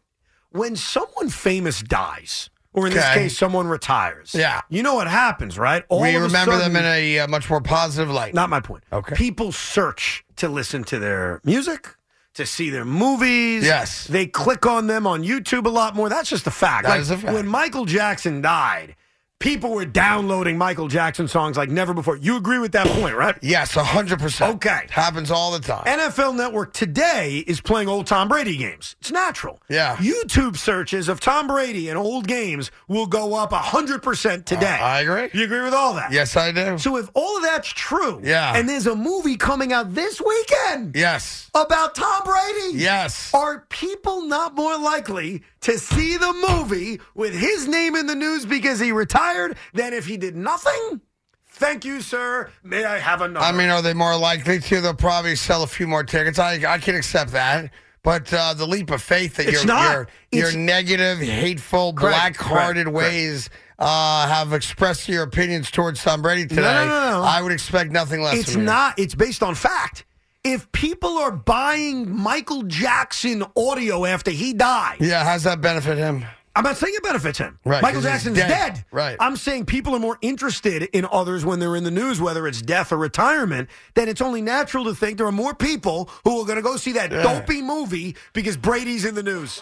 B: When someone famous dies, or in this
A: Okay.
B: case, someone retires,
A: Yeah.
B: you know what happens, right? All
A: we
B: of a
A: remember
B: sudden-
A: them in a uh, much more positive light.
B: Not my point.
A: Okay.
B: People search to listen to their music, to see their movies.
A: Yes.
B: They click on them on YouTube a lot more. That's just a fact.
A: That
B: like,
A: is a fact.
B: When Michael Jackson died, people were downloading Michael Jackson songs like never before. You agree with that point, right?
A: Yes, hundred percent.
B: Okay.
A: happens all the time.
B: NFL Network today is playing old Tom Brady games. It's natural.
A: Yeah.
B: YouTube searches of Tom Brady and old games will go up 100% today.
A: I agree.
B: You agree with all that?
A: yes, I do.
B: So if all of that's true,
A: Yeah.
B: and there's a movie coming out this weekend
A: yes,
B: about Tom Brady,
A: yes.
B: are people not more likely to see the movie with his name in the news because he retired than if he did nothing? Thank you, sir. May I have another?
A: I mean, are they more likely to? They'll probably sell a few more tickets. I I can accept that. But uh, the leap of faith that your
B: It's not.
A: your, your
B: It's-
A: negative, hateful,
B: Correct,
A: black-hearted
B: correct, correct.
A: ways uh, have expressed your opinions towards Tom Brady today.
B: no, no.
A: I would expect nothing less.
B: it's
A: from you.
B: not. It's based on fact. If people are buying Michael Jackson audio after he died,
A: Yeah, how's that benefit him?
B: I'm not saying it benefits him.
A: Right,
B: Michael
A: 'cause he's
B: Jackson's dead.
A: dead. Right.
B: I'm saying people are more interested in others when they're in the news, whether it's death or retirement, then it's only natural to think there are more people who are going to go see that dopey movie because Brady's in the news.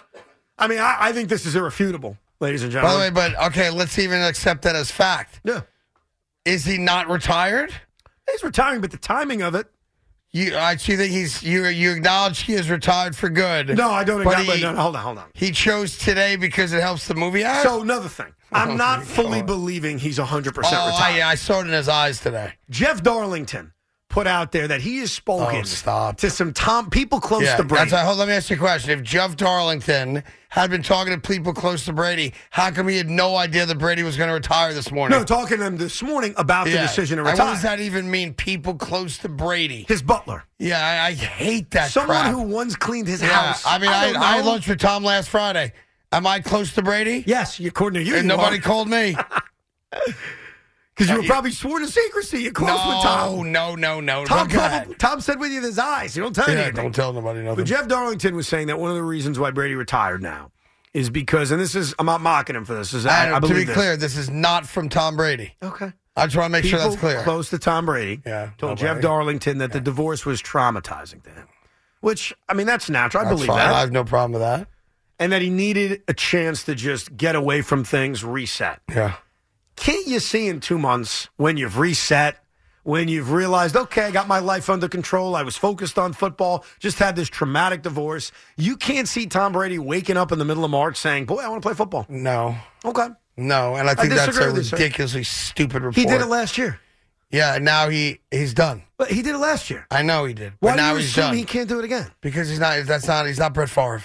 B: I mean, I, I think this is irrefutable, ladies and
A: By
B: gentlemen.
A: the way, but okay, let's even accept that as fact.
B: yeah.
A: Is he not retired?
B: He's retiring, but the timing of it.
A: You, I see that he's you. You acknowledge he is retired for good.
B: No, I don't.
A: But
B: Exactly,
A: he,
B: no, no, hold on, hold on.
A: he chose today because it helps the movie out.
B: So another thing, I'm not fully
A: God.
B: believing he's 100
A: oh,
B: percent retired.
A: I, yeah, I saw it in his eyes today.
B: Jeff Darlington put out there that he has spoken
A: Oh, stop.
B: to some Tom people close
A: yeah,
B: to Brady.
A: That's, why- hold, let me ask you a question. If Jeff Darlington had been talking to people close to Brady, how come he had no idea that Brady was going to retire this morning?
B: No, talking to him this morning about the
A: Yeah.
B: decision to
A: And
B: retire.
A: what does that even mean? People close to Brady.
B: His butler,
A: Yeah, I, I hate that.
B: someone
A: crap.
B: who once cleaned his
A: Yeah,
B: house.
A: I mean, I,
B: don't
A: I, had
B: know.
A: lunch with Tom last Friday. Am I close to Brady?
B: Yes, you- according to you,
A: And nobody called me.
B: because you were probably sworn to secrecy. You're close with
A: no,
B: Tom.
A: no, no, no.
B: Tom,
A: Look at
B: probably, Tom said with you his eyes. You don't tell
A: that. Yeah,
B: anything.
A: don't tell nobody
B: But
A: nothing.
B: Jeff Darlington was saying that one of the reasons why Brady retired now is because, and this is, I'm not mocking him for this. This is, I,
A: Adam,
B: I
A: to
B: believe
A: be
B: this.
A: clear, this is not from Tom Brady.
B: Okay.
A: I just want to make
B: People
A: sure that's clear.
B: close to Tom Brady
A: Yeah,
B: told
A: nobody.
B: Jeff Darlington that the divorce was traumatizing to him, which I mean that's natural. I
A: That's
B: believe
A: fine.
B: that.
A: I have no problem with that.
B: and that he needed a chance to just get away from things, reset.
A: Yeah.
B: Can't you see in two months when you've reset, when you've realized, okay, I got my life under control, I was focused on football, just had this traumatic divorce? You can't see Tom Brady waking up in the middle of March saying, boy, I want to play football.
A: No.
B: Okay.
A: No. And I think that's
B: disagree
A: a
B: with you, sir.
A: ridiculously stupid report.
B: He did it last year.
A: Yeah. and Now he he's done.
B: But he did it last year.
A: I know he did. But
B: Why
A: now
B: do you
A: he's
B: assume
A: done
B: he can't do it again?
A: because he's not. That's not. He's not Brett Favre.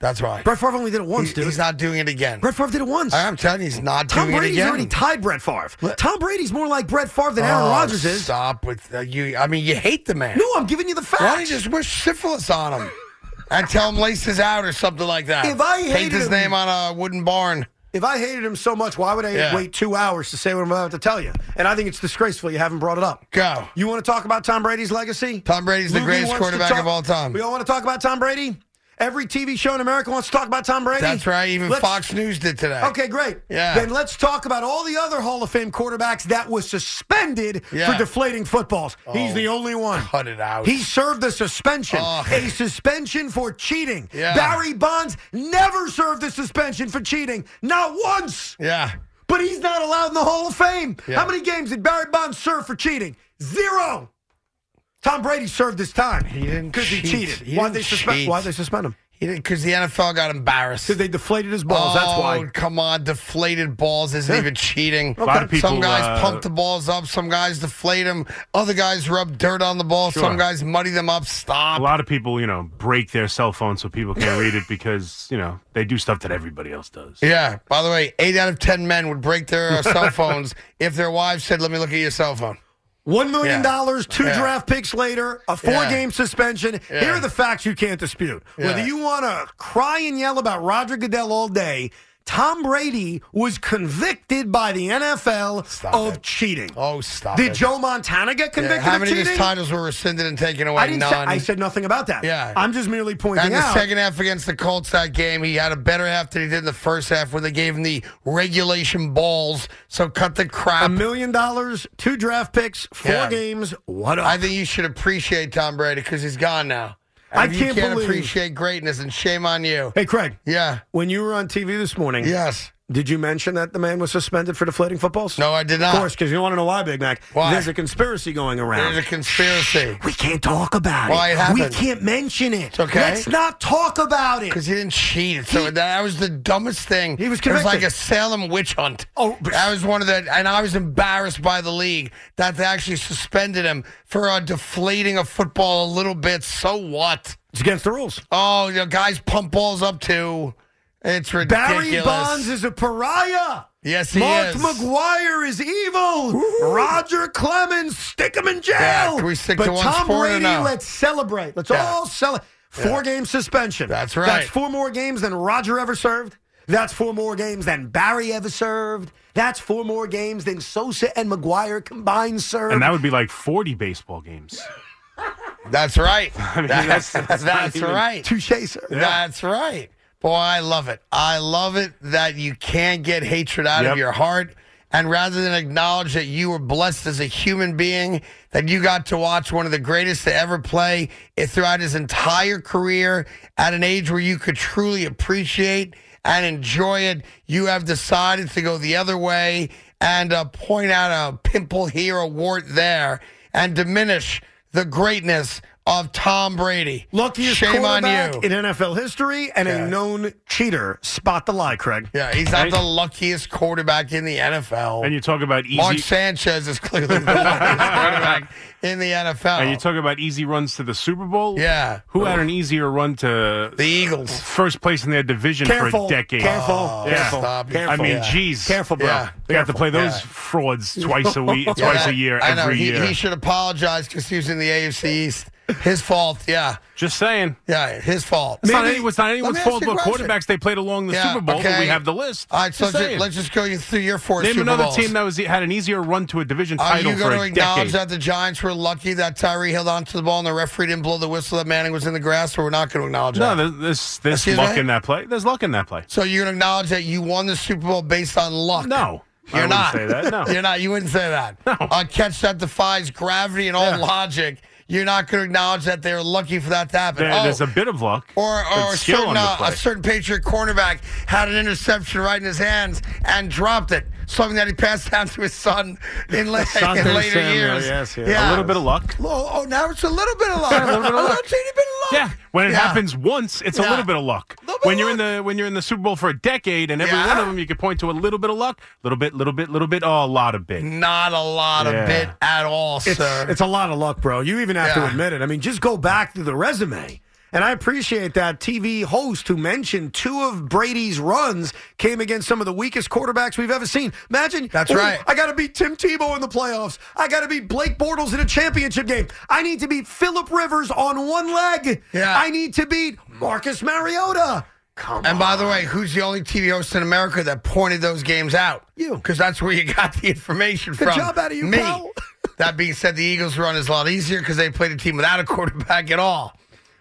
A: That's why.
B: Brett Favre only did it once,
A: he's,
B: dude.
A: he's not doing it again.
B: Brett Favre did it once.
A: I'm telling you, he's not
B: Tom
A: doing
B: Brady's
A: it again.
B: already tied Brett Favre. Tom Brady's more like Brett Favre than Aaron
A: Oh,
B: Rodgers is.
A: Stop with uh, you. I mean, you hate the man.
B: No, I'm giving you the facts.
A: Why don't you just wish syphilis on him and tell him laces out or something like that?
B: If I
A: paint
B: hated
A: his
B: him-
A: name on a wooden barn,
B: If I hated him so much, why would I
A: Yeah.
B: wait two hours to say what I'm about to tell you? And I think it's disgraceful you haven't brought it up.
A: go.
B: You want to talk about Tom Brady's legacy?
A: Tom Brady's the
B: Lukey
A: greatest
B: wants to
A: quarterback
B: talk-
A: of all time.
B: We all want to talk about Tom Brady? Every TV show in America wants to talk about Tom Brady?
A: That's right. Even
B: Let's-
A: Fox News did today.
B: Okay, great.
A: Yeah.
B: Then let's talk about all the other Hall of Fame quarterbacks that was suspended
A: Yeah. Oh.
B: for deflating footballs. He's the only one.
A: Cut it out.
B: He served a suspension,
A: Ugh.
B: a suspension for cheating.
A: Oh. Yeah.
B: Barry Bonds never served a suspension for cheating, not once.
A: yeah.
B: But he's not allowed in the Hall of Fame.
A: Yeah.
B: How many games did Barry Bonds serve for cheating? Zero. Tom Brady served his time. He
A: didn't
B: because he
A: cheat.
B: cheated.
A: He
B: Why
A: didn't
B: they suspend?
A: cheat.
B: Why they suspend him?
A: He Because the NFL got embarrassed.
B: Because they deflated his balls. that's
A: Oh,
B: why.
A: come on. Deflated balls isn't even cheating.
C: A lot of people.
A: some guys
C: uh,
A: pump the balls up. Some guys deflate them. Other guys rub dirt on the ball. Some
C: Sure.
A: guys muddy them up.
C: A
A: Stop.
C: lot of people, you know, break their cell phone so people can't read it because you know they do stuff that everybody else does.
A: Yeah. By the way, eight out of ten men would break their uh, cell phones if their wives said, "Let me look at your cell phone."
B: One million dollars, two
A: Yeah.
B: draft picks later, a four-game suspension. Here are the facts you can't dispute. Whether
A: Yeah.
B: you want to cry and yell about Roger Goodell all day, Tom Brady was convicted by the NFL
A: Stop
B: of
A: it.
B: cheating.
A: Oh, stop.
B: Did
A: it.
B: Joe Montana get
A: Yeah,
B: convicted
A: How
B: of
A: many of
B: cheating?
A: his titles were rescinded and taken away?
B: I didn't.
A: None.
B: Say, I said nothing about that.
A: Yeah.
B: I'm just merely pointing
A: And the
B: out.
A: second half against the Colts that game, he had a better half than he did in the first half when they gave him the regulation balls. So cut the
B: a
A: crap.
B: million dollars, two draft picks, four
A: Yeah.
B: games. What up?
A: I think you should appreciate Tom Brady because he's gone now. And
B: I
A: if
B: can't
A: you can't
B: believe-
A: appreciate greatness, and shame on you.
B: hey, Craig.
A: Yeah.
B: When you were on TV this morning,
A: Yes.
B: did you mention that the man was suspended for deflating footballs?
A: No, I did not.
B: Of course, because you want to know why, Big Mac.
A: Why?
B: There's a conspiracy going around.
A: There's a conspiracy
B: we can't talk about
A: Why
B: it.
A: it happened?
B: We can't mention it.
A: It's okay.
B: Let's not talk about it.
A: because he didn't cheat. So that was the dumbest thing.
B: He was
A: It was like
B: convicted.
A: a Salem witch hunt.
B: Oh, but-
A: that was one of the, and I was embarrassed by the league that they actually suspended him for uh, deflating a football a little bit. So what?
B: It's against the rules.
A: Oh, the guys pump balls up too. It's ridiculous.
B: Barry Bonds is a pariah.
A: Yes, he
B: Mark
A: is.
B: McGuire is evil. Roger Clemens, stick him in jail.
A: Yeah, can we stick
B: but
A: to one
B: Tom
A: sport or
B: Brady,
A: no?
B: let's celebrate. Let's
A: oh. Yeah.
B: all celebrate. Four game suspension.
A: That's right.
B: That's four more games than Roger ever served. That's four more games than Barry ever served. That's four more games than Sosa and McGuire combined served.
C: And that would be like 40 baseball games.
A: That's right. that's
C: that's- that's not
A: that's
C: even-
A: right.
B: Touche, sir.
A: That's right. Boy, I love it. I love it that you can't get hatred out
C: Yep.
A: of your heart. And rather than acknowledge that you were blessed as a human being, that you got to watch one of the greatest to ever play it throughout his entire career at an age where you could truly appreciate and enjoy it, you have decided to go the other way and uh, point out a pimple here, a wart there, and diminish the greatness of Tom Brady.
B: Luckiest
A: Shame on
B: quarterback
A: you.
B: in NFL history and
A: Yeah.
B: a known cheater. Spot the lie, Craig.
A: Yeah, he's not
C: Right?
A: the luckiest quarterback in the NFL.
C: And you talk about easy.
A: Mark Sanchez is clearly the luckiest quarterback in the NFL.
C: And you talk about easy runs to the Super Bowl.
A: uh, Yeah.
C: Who had an easier run to
A: the Eagles.
C: first place in their division
B: Careful.
C: for a decade?
B: Careful.
A: Oh,
C: Yeah.
B: Careful.
A: stop.
C: I mean,
A: Yeah.
C: geez.
B: Careful, bro.
A: Yeah.
C: They have to play those
A: Yeah.
C: frauds twice a week, twice
A: Yeah,
C: a
A: that-
C: year,
A: I
C: every
A: know. He-
C: year.
A: He, should apologize because he was in the AFC East. His fault. Yeah.
C: Just saying.
A: Yeah, his fault.
C: It's not,
B: Maybe-
C: any, it's not
A: Let
C: anyone's
A: me ask
C: fault
A: you a
C: but
A: question.
C: quarterbacks they played along the
A: Yeah,
C: Super Bowl, but
A: okay.
C: we have the list.
A: All right, so
C: Just
A: let's
C: saying.
A: just, let's just go you through your four
C: Name
A: Super
C: another
A: Bowls.
C: team that was had an easier run to a division
A: Are
C: title
A: you
C: for
A: going to
C: a
A: acknowledge
C: decade.
A: that the Giants were lucky that Tyree held onto the ball and the referee didn't blow the whistle that Manning was in the grass, or we're not going to acknowledge that?
C: no, there's, there's, there's
A: Excuse
C: luck
A: me?
C: in that play. There's luck in that play.
A: So you're gonna acknowledge that you won the Super Bowl based on luck?
C: No. I
A: you're
C: wouldn't
A: not.
C: say that, no.
A: you're not. You wouldn't say that. No. A catch that defies gravity and all logic. You're not gonna acknowledge that they were lucky for that to happen.
C: There-
A: Oh,
C: There's a bit of luck.
A: or,
C: and
A: or a,
C: skill
A: certain,
C: on the
A: uh,
C: play.
A: a certain Patriot cornerback had an interception right in his hands and dropped it, something that he passed down to his son in, la- in
B: Asante
A: later
B: Samuel,
A: years.
B: yes, yes.
A: Yeah.
C: a little bit of luck.
A: Oh, oh, now it's a little bit of luck. a
C: little bit of luck.
A: teeny bit of luck.
C: Yeah, when it
A: Yeah.
C: happens once, it's
A: Yeah.
C: a little bit of luck.
A: Little bit
C: When
A: of
C: you're
A: luck.
C: in the when you're in the Super Bowl for a decade, and every
A: Yeah.
C: one of them you could point to a little bit of luck, little bit, little bit, little bit, oh, a lot of bit.
A: Not a lot
C: Yeah.
A: of bit at all,
B: It's,
A: sir.
B: it's a lot of luck, bro. You even have to
A: uh, Yeah.
B: admit it. I mean, just go back to the resume. And I appreciate that TV host who mentioned two of Brady's runs came against some of the weakest quarterbacks we've ever seen. Imagine
A: That's
B: "Ooh,
A: right.
B: I got to beat Tim Tebow in the playoffs. I got to beat Blake Bortles in a championship game. I need to beat Philip Rivers on one leg.
A: Yeah.
B: I need to beat Marcus Mariota. Come
A: And
B: on.
A: by the way, who's the only TV host in America that pointed those games out?
B: You.
A: Because that's where you got the information
B: Good
A: from.
B: job out of you,
A: Me.
B: pal.
A: that being said, the Eagles' run is a lot easier because they played a team without a quarterback at all.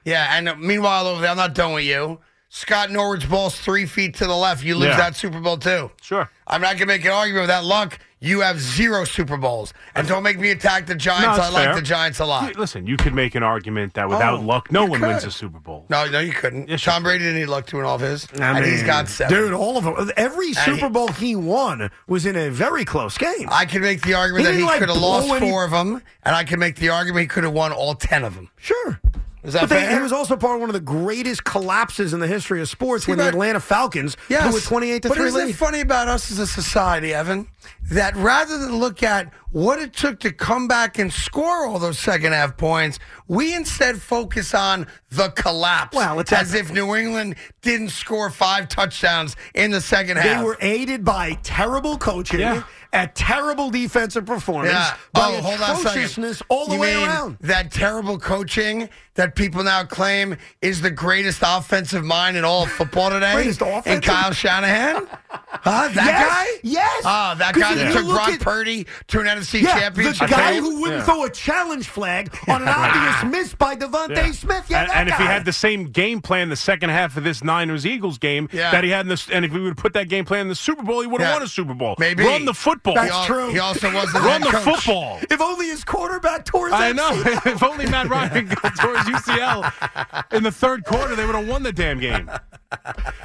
A: Yeah, and uh, meanwhile, over there, I'm not done with you. Scott Norwood's ball's three feet to the left. You lose
C: Yeah.
A: that Super Bowl, too.
C: Sure.
A: I'm not going to make an argument with that luck. You have zero Super Bowls. And don't make me attack the
C: No,
A: Giants.
C: it's
A: I like
C: fair.
A: the Giants a lot.
C: You- listen, you could make an argument that without
A: Oh,
C: luck, no
A: you
C: one wins
A: could.
C: a Super Bowl.
A: No, no, you couldn't.
C: Yes, you
A: Tom Brady didn't need luck to win all of his.
B: I
A: and he's
B: mean,
A: got seven.
B: Dude, all of them. Every
A: he-
B: Super Bowl he won was in a very close game.
A: I could make the argument
B: He
A: that
B: didn't,
A: he
B: like,
A: could have
B: blow
A: lost
B: any-
A: four of them, and I could make the argument he could have won all ten of them.
B: Sure.
A: Is that
B: but they,
A: fair?
B: it was also part of one of the greatest collapses in the history of sports when the
A: but-
B: Atlanta Falcons
A: Yes.
B: blew a 28 to
A: but
B: 3
A: isn't
B: lead.
A: it funny about us as a society, Evan, that rather than look at what it took to come back and score all those second half points, we instead focus on the collapse.
B: Well, it's
A: as
B: epic.
A: if New England didn't score five touchdowns in the second
B: They
A: half.
B: were aided by terrible coaching,
C: Yeah.
B: a terrible defensive performance,
A: yeah.
B: by
A: oh, hold on a second.
B: atrociousness all the
A: You
B: way
A: mean
B: around.
A: That terrible coaching that people now claim is the greatest offensive mind in all of football today.
B: Greatest
A: And
B: offensive-
A: Kyle Shanahan? huh? uh, That
B: Yes,
A: guy?
B: yes.
A: Oh, that
B: 'Cause
A: guy
B: if
A: that
B: you
A: took
B: look
A: Brock
B: at-
A: Purdy to an NFC
B: Yeah, the
A: championship.
B: guy
A: game.
B: who wouldn't
C: Yeah.
B: throw a challenge flag on an obvious miss by Devontae
C: Yeah.
B: Smith. Yeah,
C: and,
B: that
C: and if he
B: guy.
C: had the same game plan the second half of this Niners Eagles game
A: Yeah.
C: that he had in this, and if we would have put that game plan in the Super Bowl, he would have
A: Yeah.
C: won a Super Bowl.
A: Maybe.
C: run the football.
A: he al- He also was the
C: run
A: head
C: the
A: coach.
C: football.
B: if only his quarterback tore his
C: I know.
B: ACL.
C: if only Matt Ryan got towards UCL in the third quarter, they would have won the damn game.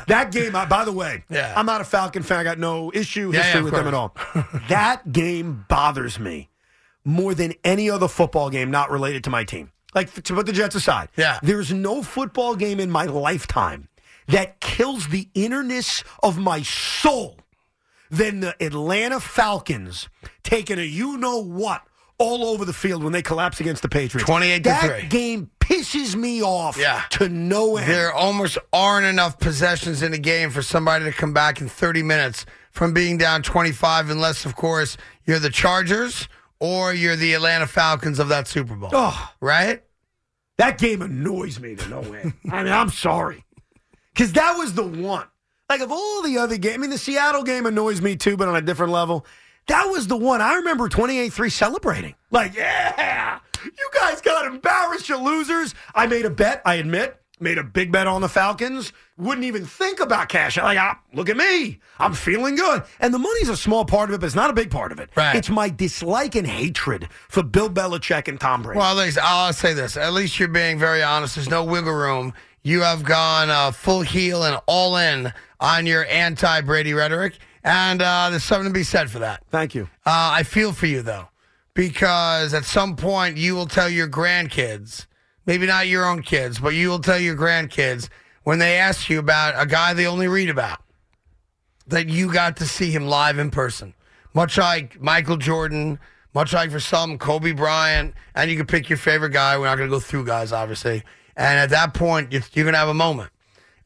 B: That game, I, by the way,
A: Yeah.
B: I'm not a Falcon fan. I got no issue
A: Yeah,
B: history
A: yeah, of
B: with them at all. that game bothers me more than any other football game not related to my team. Like f- to put the Jets aside,
A: Yeah.
B: there's no football game in my lifetime that kills the innerness of my soul than the Atlanta Falcons taking a you know what all over the field when they collapse against the Patriots.
A: 28 to
B: that
A: three.
B: game pisses me off
A: Yeah.
B: to no end.
A: There almost aren't enough possessions in the game for somebody to come back in 30 minutes from being down 25, unless, of course, you're the Chargers or you're the Atlanta Falcons of that Super Bowl.
B: Oh.
A: Right?
B: That game annoys me to no end. I mean, I'm sorry. Because that was the one. Like, of all the other games, I mean, the Seattle game annoys me too, but on a different level. That was the one I remember 28 3 celebrating. Like, yeah, you guys got embarrassed, you losers. I made a bet, I admit, made a big bet on the Falcons. Wouldn't even think about cash. Like, ah, look at me. I'm feeling good. And the money's a small part of it, but it's not a big part of it.
A: Right.
B: It's my dislike and hatred for Bill Belichick and Tom Brady.
A: Well, at least I'll say this. At least you're being very honest. There's no wiggle room. You have gone uh, full heel and all in on your anti Brady rhetoric. And uh, there's something to be said for that.
B: Thank you.
A: Uh, I feel for you though, because at some point you will tell your grandkids, maybe not your own kids, but you will tell your grandkids when they ask you about a guy they only read about that you got to see him live in person, much like Michael Jordan, much like for some Kobe Bryant, and you can pick your favorite guy. We're not going to go through guys, obviously. And at that point, you- you're going to have a moment.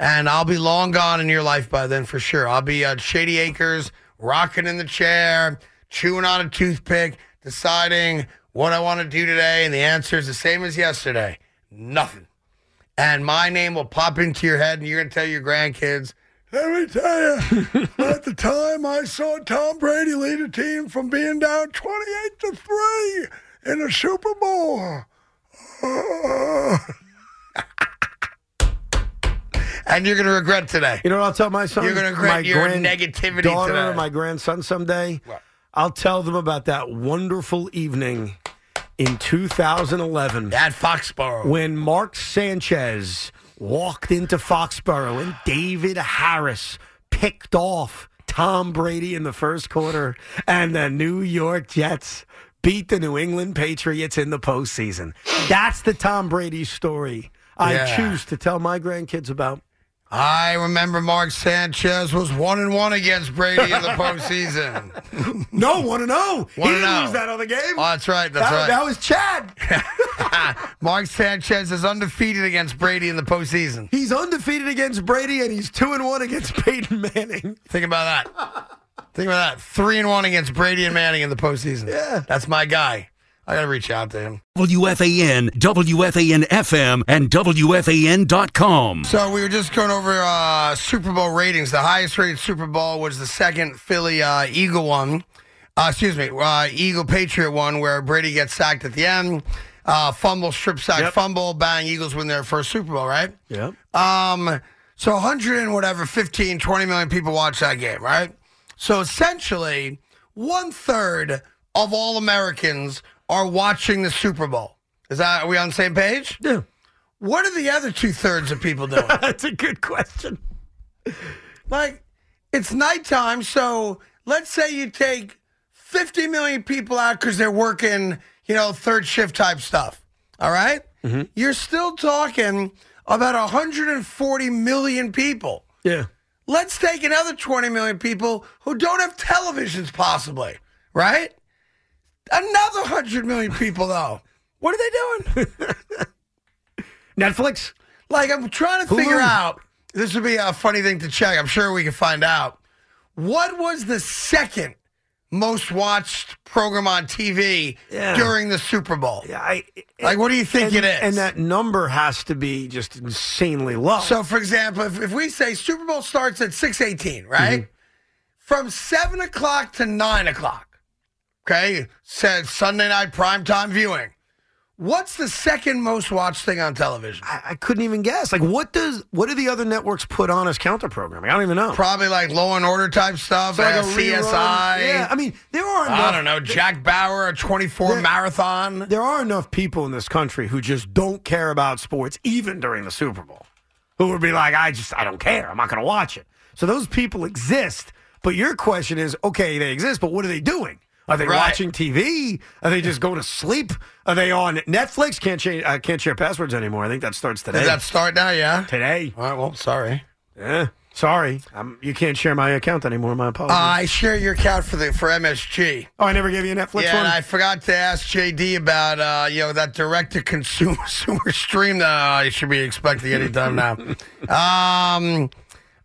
A: And I'll be long gone in your life by then for sure. I'll be at Shady Acres, rocking in the chair, chewing on a toothpick, deciding what I want to do today. And the answer is the same as yesterday nothing and my name will pop into your head, and you're going to tell your grandkids. Let me tell you, at the time I saw Tom Brady lead a team from being down 28 to 3 in the Super Bowl. and you're going to regret today.
B: You know what I'll tell my son?
A: You're gonna regret
B: my
A: your negativity
B: daughter,
A: today.
B: my grandson someday.
A: What?
B: I'll tell them about that wonderful evening in 2011
A: At Foxborough.
B: when Mark Sanchez walked into Foxborough and David Harris picked off Tom Brady in the first quarter, and the New York Jets beat the New England Patriots in the postseason. That's the Tom Brady story I
A: Yeah.
B: choose to tell my grandkids about.
A: I remember Mark Sanchez was one and one against Brady in the postseason.
B: No, one to zero. He
A: 1-0.
B: didn't lose that other game.
A: Oh, that's right. That's
B: that,
A: right.
B: that was Chad.
A: Mark Sanchez is undefeated against Brady in the postseason.
B: He's undefeated against Brady, and he's two and one against Peyton Manning.
A: Think about that. Think about that. Three and one against Brady and Manning in the postseason. Yeah. That's my guy. I gotta reach out to him.
E: WFAN, WFAN FM, and WFAN.com.
A: So we were just going over uh, Super Bowl ratings. The highest rated Super Bowl was the second Philly uh, Eagle one. Uh, excuse me, uh, Eagle Patriot one, where Brady gets sacked at the end. Uh, fumble, strip sack, fumble, bang, Eagles win their first Super Bowl, right?
B: Yeah.
A: Um, so 100 and whatever, 15, 20 million people watch that game, right? So essentially, one third of all Americans are watching the Super Bowl. Is that, are we on the same page?
B: Yeah.
A: What are the other two thirds of people doing?
B: That's a good question.
A: like, it's nighttime. So let's say you take 50 million people out because they're working, you know, third shift type stuff. All right? you're still talking about 140 million people.
B: Yeah.
A: Let's take another 20 million people who don't have televisions, possibly, right? Another 100 million people, though. What are they doing?
B: Netflix?
A: Like, I'm trying to figure out. This would be a funny thing to check. I'm sure we can find out. What was the second most watched program on TV
B: Yeah.
A: during the Super Bowl?
B: Yeah, I,
A: Like, what do you think
B: and,
A: it is?
B: And that number has to be just insanely low.
A: So, for example, if, if we say Super Bowl starts at six eighteen, right?
B: Mm-hmm.
A: From seven o'clock to nine o'clock, okay? Said Sunday night primetime viewing. What's the second most watched thing on television?
B: I, I couldn't even guess. Like, what does what do the other networks put on as counter programming? I don't even know.
A: Probably like Law and Order type stuff,
B: So, like,
A: uh,
B: a
A: CSI.
B: rerun? Yeah, I mean, there are. Enough,
A: I don't know. Jack Bauer, a twenty-four
B: There-
A: marathon.
B: There are enough people in this country who just don't care about sports, even during the Super Bowl, who would be like, I just, I don't care. I'm not going to watch it. So those people exist. But your question is, okay, they exist, but what are they doing? Are they
A: Right.
B: watching TV? Are they just going to sleep? Are they on Netflix? Can't change. I can't share passwords anymore. I think that starts today.
A: Does that start now? Yeah.
B: today.
A: All right. Well, sorry.
B: Eh, sorry, I'm, you can't share my account anymore. My apologies.
A: I share your account for the for MSG.
B: oh, I never gave you a Netflix
A: yeah,
B: one.
A: and I forgot to ask JD about uh, you know that direct to consumer stream that I should be expecting anytime now. Um,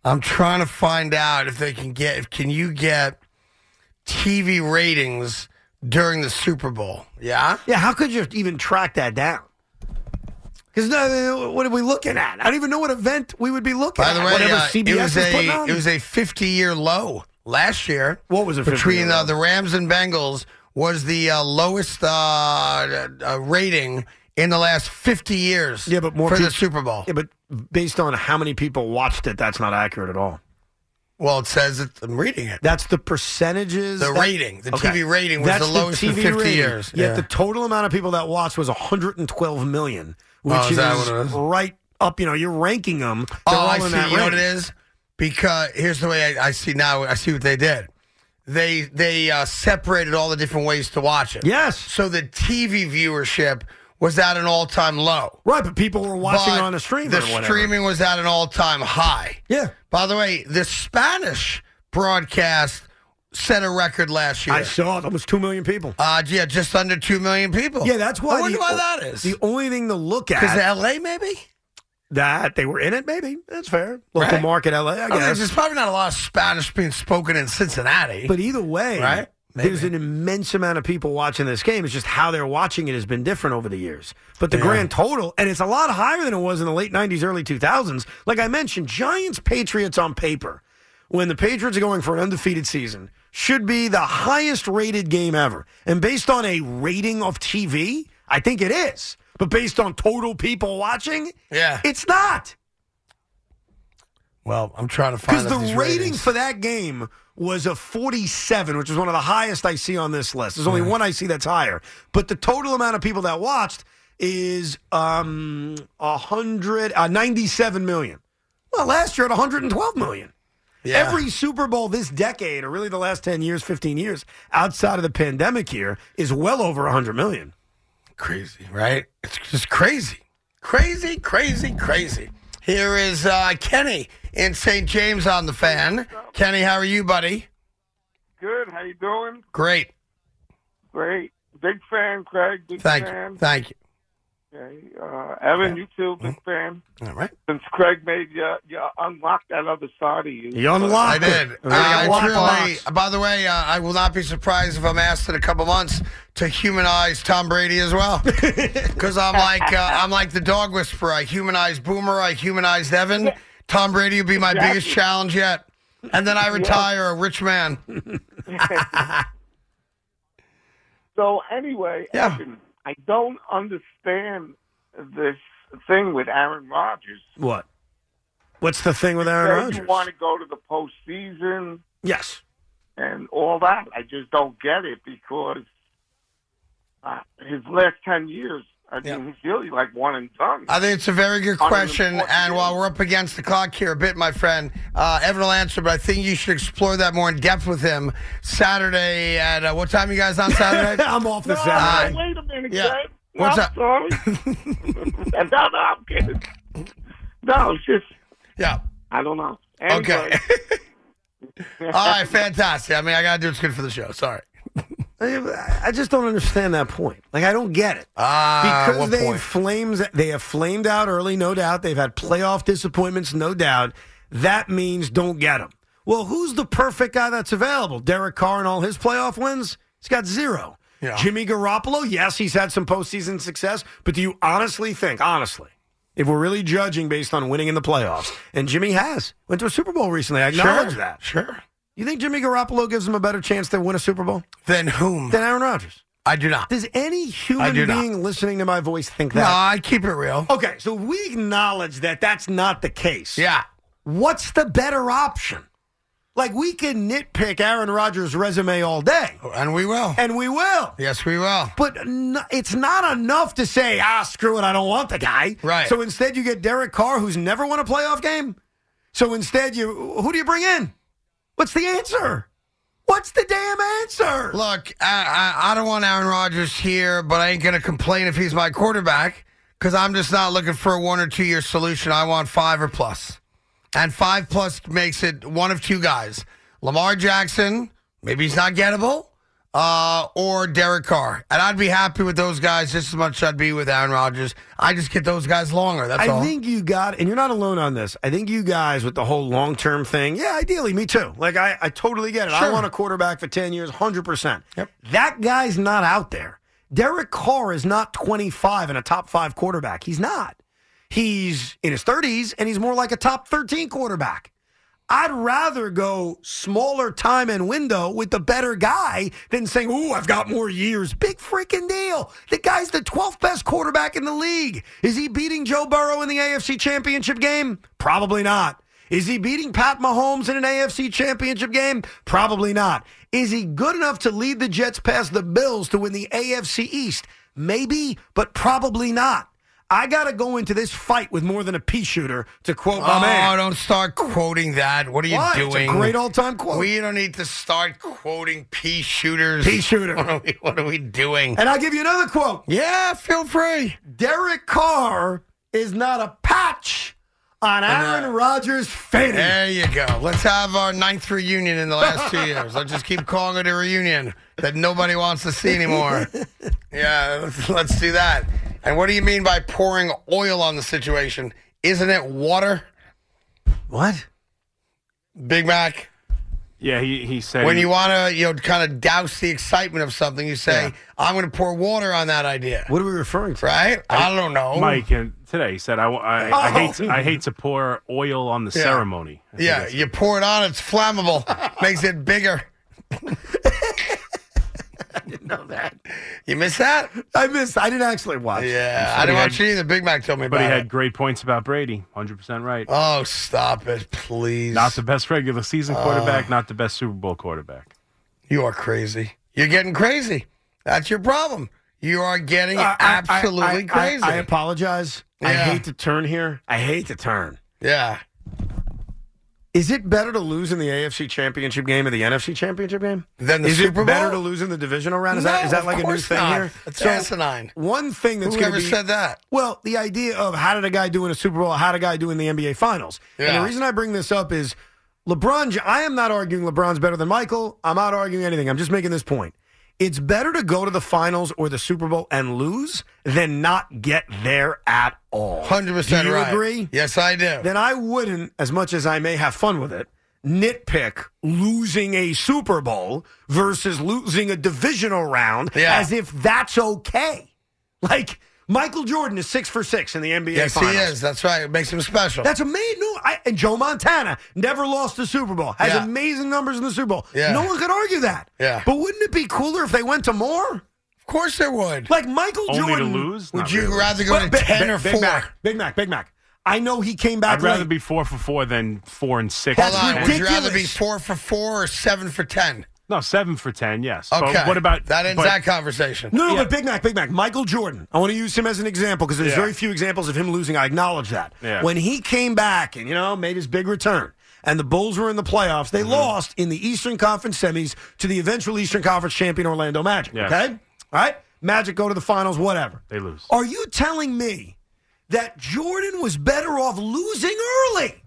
A: I'm trying to find out if they can get if can you get TV ratings during the Super Bowl? Yeah,
B: yeah, how could you even track that down? Because no, what are we looking at? I don't even know what event we would be looking
A: By the
B: at.
A: way,
B: whatever
A: uh,
B: CBS
A: it was
B: is putting
A: a
B: on.
A: it was a 50 year low last year.
B: What was it, 50
A: between
B: year
A: uh,
B: low?
A: the Rams and Bengals was the uh, lowest uh, uh, rating in the last 50 years.
B: Yeah, but more
A: for the
B: peop-
A: Super Bowl.
B: yeah, but based on how many people watched it, that's not accurate at all.
A: Well, it says it. I'm reading it.
B: That's the percentages.
A: The
B: that-
A: rating, the TV rating was
B: That's
A: the lowest in
B: TV
A: 50
B: rating.
A: years.
B: Yet
A: Yeah.
B: the total amount of people that watched was 112 million, which
A: Oh, is that
B: is,
A: what it is?
B: right up. You know, you're ranking them.
A: Oh,
B: They're all
A: I
B: in
A: see.
B: that
A: You know what it
B: range.
A: is? Because here's the way I, I see now. I see what they did. They they uh, separated all the different ways to watch it.
B: Yes.
A: So the TV viewership was at an all time low.
B: Right, but people were watching
A: But
B: on a stream.
A: The
B: or whatever.
A: streaming was at an all time high.
B: Yeah.
A: By the way, the Spanish broadcast set a record last year.
B: I saw it. Almost 2 million people.
A: uh, yeah, just under two million people.
B: Yeah, that's why.
A: Oh. I wonder
B: the-
A: why that is.
B: The only thing to look at
A: Because L.A. maybe.
B: Oh, that they were in it, maybe. That's fair. Local
A: Right.
B: market, LA, I
A: I mean,
B: guess.
A: there's probably not a lot of Spanish being spoken in Cincinnati.
B: but either way,
A: Right?
B: there's an immense amount of people watching this game. It's just how they're watching it has been different over the years. But the grand total, and it's a lot higher than it was in the late 90s, early 2000s. Like I mentioned, Giants Patriots on paper, when the Patriots are going for an undefeated season, should be the highest rated game ever. And based on a rating of TV, I think it is. But based on total people watching,
A: Yeah.
B: it's not.
A: well, I'm trying to find
B: Because
A: out
B: the
A: these
B: rating for that game was a 47, which is one of the highest I see on this list. There's only one I see that's higher. But the total amount of people that watched is um, 100, uh, 97 million. Well, last year at 112 million.
A: Yeah.
B: Every Super Bowl this decade, or really the last 10 years, 15 years, outside of the pandemic year, is well over 100 million.
A: crazy, right? It's just crazy, crazy, crazy, crazy. Here is uh, Kenny in St. James on the fan. Kenny, how are you, buddy?
G: Good. How you doing?
A: Great,
G: Great. Big fan, Craig. Big
A: thank
G: fan.
A: you, thank Mm-hmm. you.
G: Okay. Uh, Evan, you too. Big fan.
A: All right,
G: Since Craig made you, you unlocked that other side of you.
B: You unlocked
A: I did.
B: it.
A: I
B: Lock
A: truly,
B: box.
A: by the way, uh, I will not be surprised if I'm asked in a couple months to humanize Tom Brady as well, because I'm like uh, I'm like the dog whisperer. I humanized Boomer. I humanized Evan. Tom Brady will be my biggest challenge yet, and then I retire a rich man.
G: So anyway,
A: Yeah.
G: Evan, I don't understand this thing with Aaron Rodgers.
B: What? What's the thing with Aaron
G: They
B: Rodgers?
G: want to go to the postseason
B: yes.
G: and all that. I just don't get it because uh, his last ten years, I
A: Yeah.
G: mean, he's really like one and done.
A: I think it's a very good
G: Hundred and
A: question.
G: forty
A: And while
G: days.
A: we're up against the clock here a bit, my friend, uh, Evan will answer, but I think you should explore that more in depth with him Saturday at uh, what time you guys on Saturday?
B: I'm off this
G: No,
A: Uh,
B: Saturday.
G: wait a minute,
A: yeah.
G: Craig.
A: What's
G: I'm
A: up?
G: sorry. and no, no, I'm kidding. No, it's just
A: Yeah.
G: I don't know.
A: Okay.
G: Anyway,
A: All right, fantastic. I mean, I gotta do what's good for the show. Sorry.
B: I I just don't understand that point. Like I don't get it.
A: Ah,
B: because
A: what
B: they
A: point?
B: flames they have flamed out early, no doubt. They've had playoff disappointments, no doubt. That means don't get them. Well, who's the perfect guy that's available? Derek Carr and all his playoff wins, he's got zero.
A: Yeah.
B: Jimmy Garoppolo, yes, he's had some postseason success, but do you honestly think, honestly, if we're really judging based on winning in the playoffs, and Jimmy has went to a Super Bowl recently, I acknowledge that.
A: Sure.
B: You think Jimmy Garoppolo gives him a better chance to win a Super Bowl
A: Then whom?
B: than Aaron Rodgers?
A: I do not.
B: Does
A: I
B: any human
A: do not.
B: being listening to my voice think
A: No,
B: that?
A: I keep it real.
B: Okay, so we acknowledge that that's not the case.
A: Yeah.
B: What's the better option? Like, we can nitpick Aaron Rodgers' resume all day,
A: And we will.
B: and we will.
A: Yes, we will.
B: But n- it's not enough to say, ah, screw it, I don't want the guy.
A: Right.
B: So instead, you get Derek Carr, who's never won a playoff game. So instead, you who do you bring in? What's the answer? What's the damn answer?
A: Look, I, I, I don't want Aaron Rodgers here, but I ain't going to complain if he's my quarterback because I'm just not looking for a one or two year solution. I want five or plus. And five plus makes it one of two guys Lamar Jackson, maybe he's not gettable, uh, or Derek Carr. And I'd be happy with those guys just as much as I'd be with Aaron Rodgers. I just get those guys longer. That's
B: I
A: all.
B: think you got, and you're not alone on this. I think you guys with the whole long term thing. Yeah, ideally, me too. Like I, I totally get it. I
A: Sure.
B: want a quarterback for ten years, hundred percent.
A: Yep.
B: That guy's not out there. Derek Carr is not 25 and a top five quarterback. He's not. He's in his 30s and he's more like a top 13 quarterback. I'd rather go smaller time and window with the better guy than saying, "Ooh, I've got more years." Big freaking deal. The guy's the 12th best quarterback in the league. Is he beating Joe Burrow in the AFC Championship game? Probably not. Is he beating Pat Mahomes in an AFC Championship game? Probably not. Is he good enough to lead the Jets past the Bills to win the AFC East? Maybe, but probably not. I got to go into this fight with more than a pea shooter, to quote my
A: oh,
B: man.
A: don't start quoting that. What are you
B: Why?
A: doing?
B: It's a great all-time quote.
A: We don't need to start quoting pea shooters.
B: Pea shooter.
A: What are we, what are we doing?
B: And I'll give you another quote.
A: Yeah, feel free.
B: Derek Carr is not a patch on
A: uh,
B: Aaron Rodgers' fanny.
A: There you go. Let's have our ninth reunion in the last two years. Let's just keep calling it a reunion that nobody wants to see anymore. Yeah, let's, let's do that. And what do you mean by pouring oil on the situation? Isn't it water,
B: What?
A: Big Mac?
C: Yeah, he, he said.
A: When you want to, you know, kind of douse the excitement of something, you say, "I'm going to pour water on that idea."
B: What are we referring to?
A: Right? I don't know.
C: Mike and today he said I, I, I
B: Oh.
C: hate to, I hate to pour oil on the ceremony. I think
A: Yeah,
C: it's-
A: you pour it on, it's flammable, makes it bigger. I didn't know that. You miss that?
B: I missed. I didn't actually watch.
A: Yeah, I didn't
C: he
A: watch it either. Big Mac told me
C: but
A: about
C: he
A: it.
C: had great points about Brady. 100% right.
A: Oh, stop it, please.
C: Not the best regular season quarterback,
A: Oh.
C: not the best Super Bowl quarterback.
A: you are crazy. You're getting crazy. That's your problem. You are getting
B: I- I-
A: absolutely
B: I- I-
A: crazy.
B: I, apologize. I
A: Yeah.
B: hate to turn here. I hate to turn.
A: yeah.
B: Is it better to lose in the AFC Championship game or the NFC Championship game?
A: Then the
B: is
A: Super
B: it
A: Bowl?
B: better to lose in the divisional round? Is that is
A: No,
B: that like
A: of
B: a new
A: course
B: thing
A: not.
B: here?
A: It's asinine.
B: One thing that's going to
A: Whoever
B: be
A: said that?
B: Well, the idea of how did a guy do in a Super Bowl, how did a guy do in the NBA Finals? And
A: Yeah.
B: the reason I bring this up is LeBron, J- I am not arguing LeBron's better than Michael. I'm not arguing anything. I'm just making this point. It's better to go to the finals or the Super Bowl and lose than not get there at all.
A: 100%
B: Do you
A: right.
B: agree?
A: Yes, I do.
B: Then I wouldn't, as much as I may have fun with it, nitpick losing a Super Bowl versus losing a divisional round
A: Yeah.
B: as if that's okay. Like Michael Jordan is six for six in the NBA
A: yes,
B: Finals.
A: he is. That's right. It makes him special.
B: That's amazing. No, I, and Joe Montana never lost the Super Bowl. Has
A: Yeah.
B: amazing numbers in the Super Bowl.
A: Yeah.
B: No one could argue that.
A: Yeah.
B: But wouldn't it be cooler if they went to more?
A: of course it would.
B: Like Michael
C: Only
B: Jordan.
C: to lose?
A: Would
C: Not
A: you
C: really.
A: rather go
B: But
A: to
B: Big-
A: 10
B: Big-
A: or 4?
B: Big Mac, Big Mac. Big Mac. I know he came back.
C: I'd rather
B: late.
C: be four for four than four and six.
B: That's
A: Hold
C: and
A: on. Would
C: ten.
A: you rather be
B: ridiculous.
A: four for four or seven for ten?
C: No, seven for ten. Yes.
A: Okay.
C: But what about
A: that ends
C: but-
A: that conversation?
B: No, no,
C: Yeah.
B: but Big Mac, Big Mac, Michael Jordan. I want to use him as an example because there's
C: Yeah.
B: very few examples of him losing. I acknowledge that.
C: Yeah.
B: When he came back and you know made his big return, and the Bulls were in the playoffs,
C: Mm-hmm.
B: they lost in the Eastern Conference semis to the eventual Eastern Conference champion Orlando Magic.
C: Yes.
B: Okay, all right. Magic go to the finals, whatever.
C: They lose.
B: Are you telling me that Jordan was better off losing early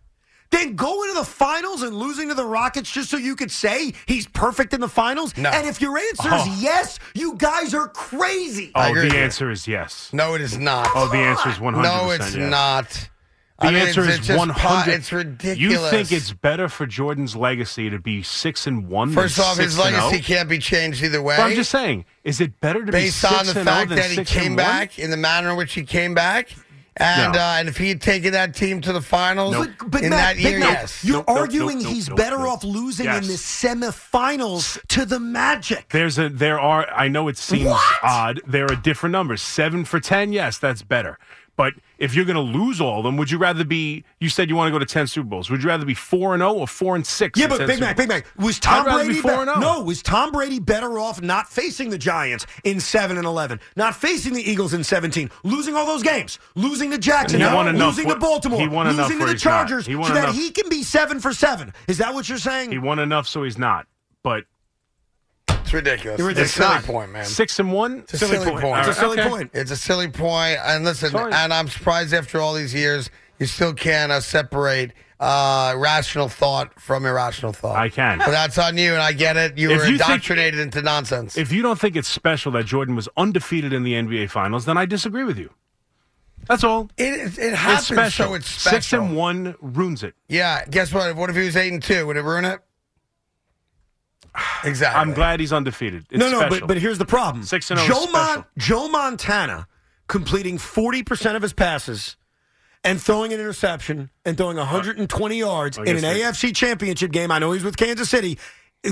B: than going to the finals and losing to the Rockets just so you could say he's perfect in the finals?
A: No.
B: And if your answer
C: Oh.
B: is yes, you guys are crazy.
A: I
C: Oh,
A: agree with
C: the
A: you.
C: answer is yes.
A: No, it is not.
C: Oh, the answer is 100%.
A: no, it's
C: yes.
A: not.
C: The
A: I mean,
C: answer
A: it's,
C: is
A: it's just
C: one
A: pot-
C: hundred.
A: It's ridiculous.
C: You think it's better for Jordan's legacy to be six and one?
A: First
C: than
A: off, his
C: six and
A: legacy
C: oh?
A: can't be changed either way.
C: But I'm just saying, is it better to
A: based
C: be six
A: on the
C: and
A: fact
C: oh than
A: that he
C: six
A: came
C: and one?
A: back in the manner in which he came back, and
C: No.
A: uh, and if he had taken that team to the finals
B: But, but
A: in
B: Matt,
A: that
B: Big
A: year,
B: Mac,
A: yes.
B: you're
C: Nope, nope,
B: arguing
C: nope, nope,
B: he's
C: nope,
B: better
C: nope.
B: off losing
C: Yes.
B: in the semifinals to the Magic.
C: There's a there are I know it seems
B: What?
C: odd. There are different numbers. Seven for ten, yes, that's better. But if you're gonna lose all of them, would you rather be you said you want to go to ten Super Bowls. Would you rather be four and oh or four and six?
B: Yeah,
C: in
B: but
C: 10
B: Big
C: Super
B: Mac, Big Mac, was
C: I'd
B: Tom
C: rather be
B: Brady be-
C: 4 and oh. 0.
B: no? Was Tom Brady better off not facing the Giants in seven and eleven, not facing the Eagles in seventeen, losing all those games, losing to Jacksonville,
C: won enough
B: losing
C: where-
B: to Baltimore,
C: he won enough
B: losing to the
C: where he's not.
B: Chargers,
C: He won
B: so that
C: enough.
B: he can be seven for seven? Is that what you're saying?
C: He won enough, so he's not. But
A: It's ridiculous.
B: You're
A: It's a silly
B: ridiculous.
A: point, man.
C: six and one,
A: It's a silly, point.
C: All
B: It's a
C: right,
B: silly
C: okay.
B: point.
A: It's a silly point, and listen,
C: Sorry.
A: and I'm surprised after all these years you still can't uh, separate uh, rational thought from irrational thought.
C: I can.
A: But that's on you, and I get it. You
C: If
A: were
C: you think-
A: indoctrinated into nonsense.
C: If you don't think it's special that Jordan was undefeated in the NBA Finals, then I disagree with you. That's all.
A: it, it happens,
C: it's special.
A: so it's special.
C: Six and one ruins it.
A: Yeah, guess what? What if he was eight and two? Would it ruin it? Exactly.
C: I'm glad he's undefeated. It's
B: no, no,
C: special.
B: but but here's the problem.
C: Six and oh is
B: Joe,
C: special.
B: Mon- Joe Montana completing forty percent of his passes and throwing an interception and throwing 120 yards in an
C: guess Oh, they-
B: AFC Championship game. I know he's with Kansas City.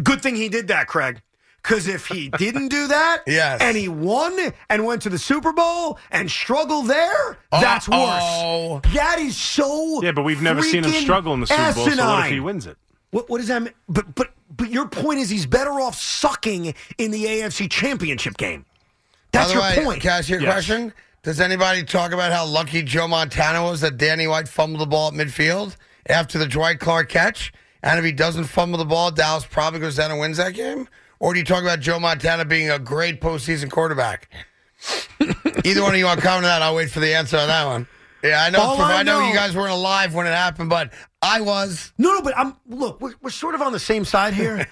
B: Good thing he did that, Craig. Because if he didn't do that,
A: Yes.
B: and he won and went to the Super Bowl and struggled there, that's
A: Uh-oh.
B: worse. That is so.
C: yeah, but we've never seen him
B: freaking
C: struggle in the Super Bowl. So what if
B: asinine.
C: he wins it?
B: What, what does that mean? But but but your point is he's better off sucking in the AFC Championship game. That's
A: By
B: your
A: the way,
B: point.
A: Can I ask you a
C: Yes.
A: question? Does anybody talk about how lucky Joe Montana was that Danny White fumbled the ball at midfield after the Dwight Clark catch? And if he doesn't fumble the ball, Dallas probably goes down and wins that game? Or do you talk about Joe Montana being a great postseason quarterback? Either one of you want to comment on that, I'll wait for the answer on that one. Yeah, I know,
B: All I
A: I know
B: know-
A: you guys weren't alive when it happened, but I was.
B: no, no, but I'm look, we're, we're sort of on the same side here.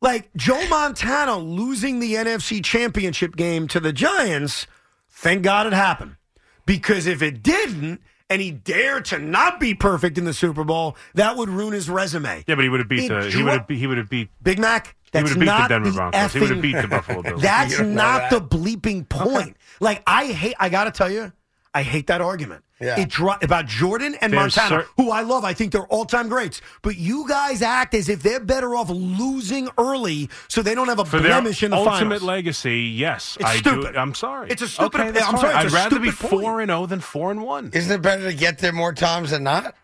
B: like Joe Montana losing the NFC Championship game to the Giants, thank God it happened. Because if it didn't and he dared to not be perfect in the Super Bowl, that would ruin his resume.
C: Yeah, but he would have beat
B: It
C: the. He
B: dro-
C: would have. He would have beat.
B: Big Mac,
C: He
B: that's
C: would have beat the
B: not
C: Denver
B: the
C: Broncos. He would
B: effing-
C: have beat the Buffalo Bills.
B: That's
A: You don't know
B: not
A: that.
B: the bleeping point. Like I hate. I gotta tell you, I hate that argument.
A: Yeah.
B: It dri- about Jordan and
C: There's
B: Montana,
C: cer-
B: who I love. I think they're all time greats. But you guys act as if they're better off losing early, so they don't have a
C: for their
B: blemish in the
C: ultimate
B: finals.
C: legacy, yes,
B: It's
C: I
B: stupid.
C: do. I'm sorry.
B: It's a stupid-
C: Okay, that's
B: I'm
C: fine.
B: sorry, it's
C: I'd
B: a
C: rather be
B: stupid point.
C: four and zero than four and one.
A: Isn't it better to get there more times than not?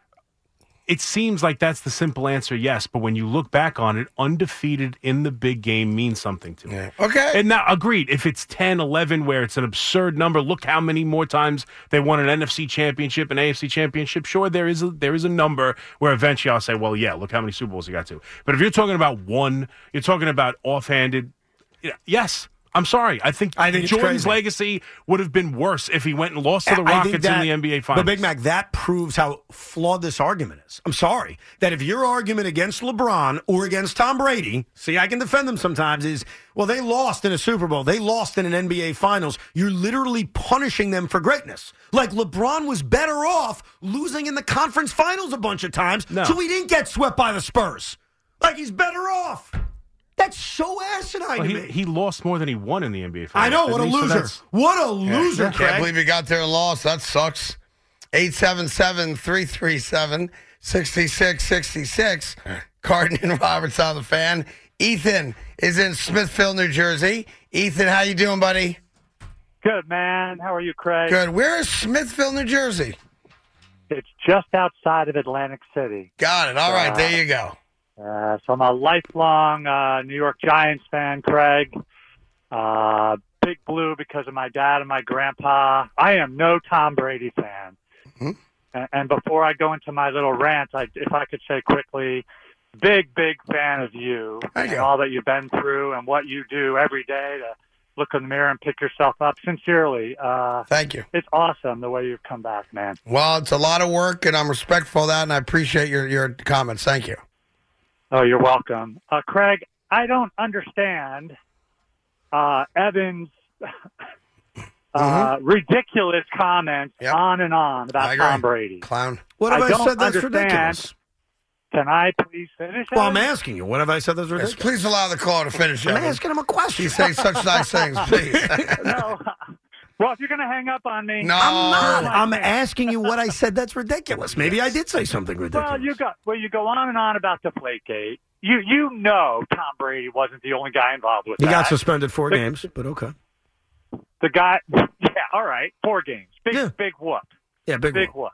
C: it seems like that's the simple answer, yes. But when you look back on it, undefeated in the big game means something to me.
A: Okay.
C: And now, agreed, if it's 10, 11, where it's an absurd number, look how many more times they won an NFC championship, an AFC championship. Sure, there is a, there is a number where eventually I'll say, well, yeah, look how many Super Bowls you got to. But if you're talking about one, you're talking about offhanded, y- yes. I'm sorry. I think,
B: I think it's
C: Jordan's
B: crazy.
C: legacy would have been worse if he went and lost to the
B: I think
C: Rockets
B: that-
C: in the NBA Finals.
B: But Big Mac, that proves how flawed this argument is. I'm sorry that if your argument against LeBron or against Tom Brady, see, I can defend them sometimes. Is well, they lost in a Super Bowl, they lost in an NBA Finals. You're literally punishing them for greatness. Like LeBron was better off losing in the conference finals a bunch of times,
C: No.
B: so he didn't get swept by the Spurs. Like he's better off. That's so asinine
C: Well,
B: to
C: he,
B: me.
C: he lost more than he won in the NBA Finals.
B: I know what a
C: didn't he? So
B: loser.
C: that's-
B: what a loser,
A: I
B: Craig.
A: can't believe you got there and lost. That sucks. 877 337 6666. Carden and Roberts on the fan. Ethan is in Smithville, New Jersey. Ethan, how you doing, buddy?
H: Good man. How are you, Craig?
A: Good. Where is Smithville, New Jersey?
H: It's just outside of Atlantic City.
A: Got it. All right, there you go.
H: Uh, so I'm a lifelong uh, New York Giants fan, Craig. Uh, Big Blue because of my dad and my grandpa. I am no Tom Brady fan. And, and before I go into my little rant, I, if I could say quickly, big, big fan of you
A: Thank
H: and
A: you.
H: all that you've been through and what you do every day to look in the mirror and pick yourself up. Sincerely, uh,
A: Thank you.
H: it's awesome the way you've come back, man.
A: Well, it's a lot of work, and I'm respectful of that, and I appreciate your, your comments. Thank you.
H: Oh, you're welcome. Uh, Craig, I don't understand uh, Evan's uh,
B: Mm-hmm.
H: ridiculous comments
A: Yep.
H: on and on
A: I
H: about
A: agree.
H: Tom Brady.
A: Clown.
B: What have
H: I
B: I,
H: don't
B: said that's
H: understand.
B: ridiculous?
H: Can I please finish?
B: Well, I'm
H: Evan?
B: asking you. What have I said that's
A: Yes,
B: ridiculous?
A: please allow the caller to finish.
B: I'm
A: Evan.
B: asking him a question.
A: He's saying such nice things, please.
H: no. Well, if you're going to hang up on me,
A: no.
B: I'm not.
H: Oh.
B: I'm asking you what I said. That's ridiculous. Maybe I did say something ridiculous.
H: Well, you go well, you go on and on about the plate gate. You you know Tom Brady wasn't the only guy involved with
B: He
H: that.
B: got suspended four
H: The-
B: games, but okay.
H: the guy. Yeah, all right, four games, big
B: Yeah.
H: big whoop,
B: Yeah, big,
H: big
B: one.
H: whoop.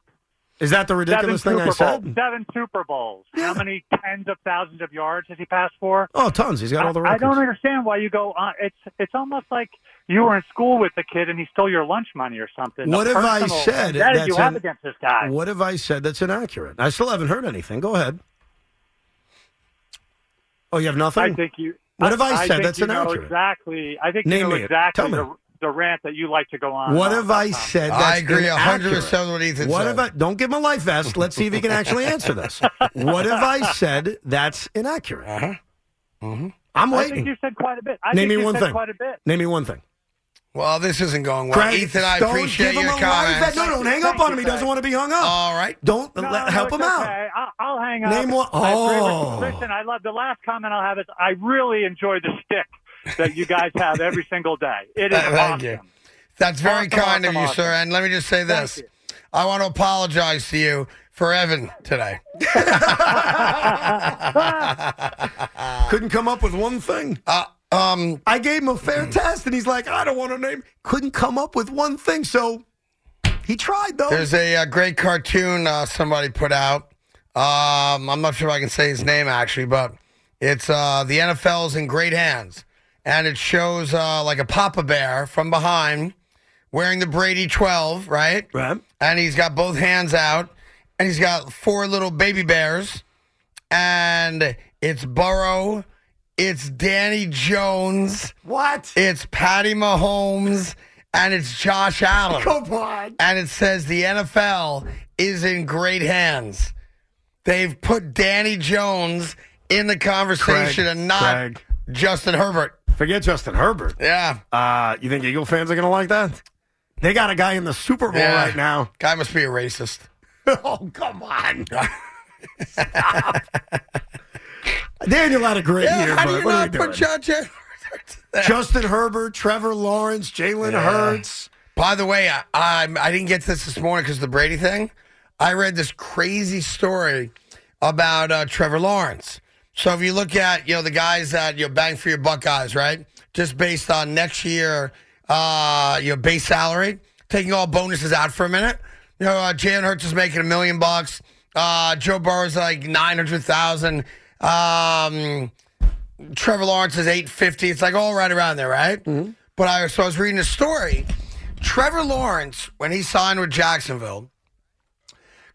B: Is that the ridiculous
H: seven
B: thing I
H: Super Bowls,
B: said?
H: seven Super Bowls. How many tens of thousands of yards has he passed for?
B: Oh, tons. He's got all the
H: I, I
B: records.
H: don't understand why you go on. It's it's almost like you were in school with the kid and he stole your lunch money or something.
B: What
H: the
B: have I
H: personal
B: said
H: vendetta
B: that's
H: you have
B: an-
H: against this guy?
B: What have I said that's inaccurate? I still haven't heard anything. Go ahead. Oh, you have nothing?
H: I think you.
B: What have I said
H: think
B: that's
H: you know
B: inaccurate?
H: Exactly. I think
B: Name
H: you know
B: it.
H: exactly
B: Tell me.
H: the, the rant that you like to go on.
B: what
H: about
B: have I
H: Tom.
B: said that's
A: I agree
B: inaccurate?
A: 100% with Ethan
B: What
A: said.
B: have I? Don't give him a life vest. Let's see if he can actually answer this. What have I said that's inaccurate? Uh-huh. I'm
H: I think
B: waiting.
H: you said quite a bit. I
B: Name
H: think
B: me
H: you
B: one
H: said
B: thing.
H: Quite a bit.
B: Name me one thing.
A: Well, this isn't going well.
B: Craig,
A: Ethan, I
B: don't
A: appreciate
B: give him
A: your
B: a life vest.
A: comments. Uh,
B: No, don't hang up
H: Thank
B: on
H: you,
B: him. He doesn't
H: Craig.
B: want to be hung up.
A: All right.
B: Don't
H: No,
B: let,
H: no,
B: help
H: it's
B: him out.
H: okay. out. I'll, I'll hang up.
B: Name one-
H: I agree
B: Oh.
H: with you. Listen, I love the last comment I'll have is I really enjoy the stick that you guys have every single day. It is
A: Thank
H: awesome.
A: you. That's very
H: Awesome,
A: kind of
H: awesome,
A: you,
H: awesome.
A: sir. And let me just say this I want to apologize to you for Evan today.
B: Couldn't come up with one thing.
A: Uh, um,
B: I gave him a fair test, and he's like, I don't want to name. Couldn't come up with one thing, so he tried though.
A: There's a, uh great cartoon uh, somebody put out. Um, I'm not sure if I can say his name actually, but it's uh, the NFL's in great hands, and it shows uh, like a Papa Bear from behind wearing the Brady 12, right?
B: right.
A: and he's got both hands out, and he's got four little baby bears, and it's Burrow, it's Danny Jones,
B: What?
A: it's Patty Mahomes, and it's Josh Allen.
B: Come on.
A: And it says the NFL is in great hands. They've put Danny Jones in the conversation and not
B: Craig.
A: Justin Herbert.
B: Forget Justin Herbert.
A: Yeah,
B: Uh, you think Eagle fans are going to like that? They got a guy in the Super Bowl
A: Yeah.
B: right now.
A: guy must be a racist.
B: oh, come on. Stop. Daniel had a great year,
A: how do
B: but
A: you
B: what are
A: not
B: we doing?
A: put Josh Allen?
B: Justin Herbert, Trevor Lawrence, Jalen Hurts.
A: By the way, I I, I didn't get to this this morning because the Brady thing. I read this crazy story about uh, Trevor Lawrence. So if you look at you know the guys that you know, bang for your buck guys, right? Just based on next year, uh, your base salary, taking all bonuses out for a minute. You know, uh, Jalen Hurts is making a million bucks. Uh, Joe Burrow's like nine hundred thousand. Um, Trevor Lawrence is 850. It's like all right around there, right? But I so I was reading a story. Trevor Lawrence, when he signed with Jacksonville,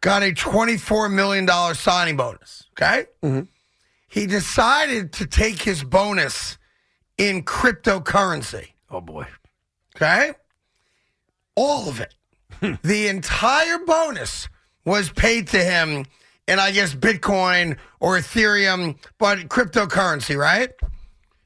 A: got a $24 million signing bonus. Okay? He decided to take his bonus in cryptocurrency.
B: Oh, boy.
A: Okay? All of it. the entire bonus was paid to him in, I guess, Bitcoin or Ethereum, but cryptocurrency, right?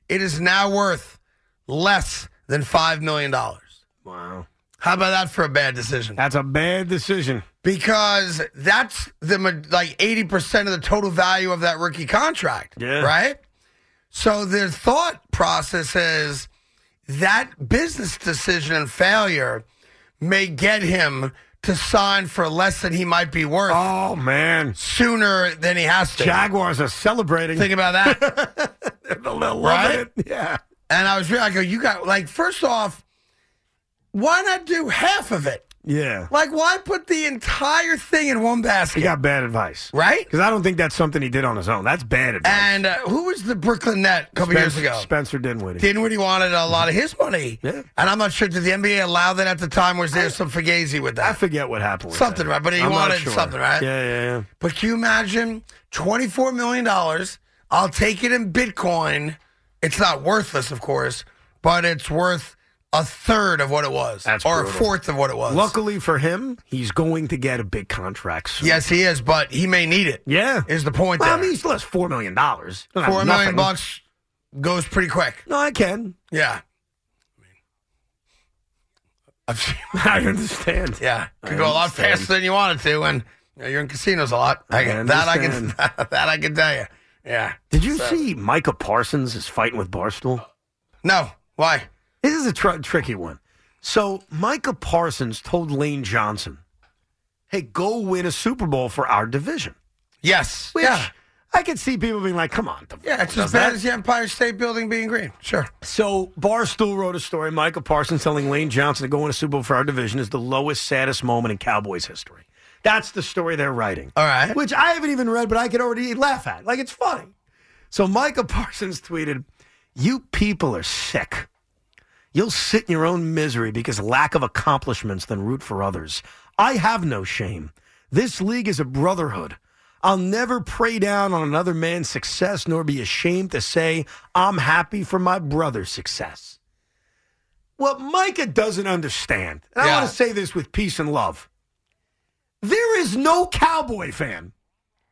A: It is now worth less than $5 million. How
B: Wow.
A: about that for a bad decision?
B: That's a bad decision.
A: Because that's the ma- like 80% of the total value of that rookie contract.
B: Yeah.
A: Right? So their thought process is that business decision and failure may get him to sign for less than he might be worth
B: Oh, man.
A: sooner than he has to.
B: Jaguars are celebrating.
A: Think about that.
B: They're loving
A: Right?
B: it. Yeah.
A: and I was really, I go, you got, like, first off, why not do half of it?
B: Yeah.
A: Like, why put the entire thing in one
B: He
A: basket?
B: got bad advice.
A: Right?
B: Because I don't think that's something he did on his own. That's bad advice.
A: And uh, who was the Brooklyn Net a couple years
B: Spencer-
A: ago?
B: Spencer Dinwiddie.
A: Dinwiddie wanted a lot of his money.
B: Yeah.
A: And I'm not sure, did the NBA allow that at the time? Was there some fugazi with
B: I
A: that?
B: forget what happened. With
A: Something,
B: that.
A: right? But he
B: I'm not
A: wanted
B: sure.
A: something, right?
B: Yeah, yeah, yeah.
A: But can you imagine $24 million? I'll take it in Bitcoin. It's not worthless, of course, but it's worth a third of what it was,
B: That's
A: or a
B: brutal.
A: fourth of what it was.
B: Luckily for him, he's going to get a big contract. Soon.
A: yes, he is, but he may need it.
B: Yeah.
A: Is the point
B: Well, I
A: there?
B: mean, he's less four million dollars.
A: Four million bucks goes pretty quick.
B: No, I can.
A: Yeah. I've seen,
B: I understand.
A: yeah, could go a lot
B: understand.
A: faster than you wanted to, and you know, you're in casinos a lot. I,
B: I
A: can that I can
B: understand.
A: that I can tell you. Yeah.
B: Did you see Micah Parsons is fighting with Barstool?
A: No. Why?
B: This is a tr- tricky one. So Micah Parsons told Lane Johnson, "Hey, go win a Super Bowl for our division."
A: Yes.
B: Which
A: yeah.
B: I could see people being like, "Come on, the
A: Yeah, it's
B: does
A: as bad
B: that?"
A: as the Empire State Building being green. Sure.
B: So Barstool wrote a story. Michael Parsons telling Lane Johnson to go win a Super Bowl for our division is the lowest, saddest moment in Cowboys history. That's the story they're writing.
A: All right.
B: Which I haven't even read, but I could already laugh at. Like it's funny. So Michael Parsons tweeted, "You people are sick. You'll sit in your own misery because lack of accomplishments than root for others. I have no shame. This league is a brotherhood. I'll never prey down on another man's success nor be ashamed to say I'm happy for my brother's success." What Micah doesn't understand, and I
A: Yeah.
B: want to say this with peace and love. There is no cowboy fan.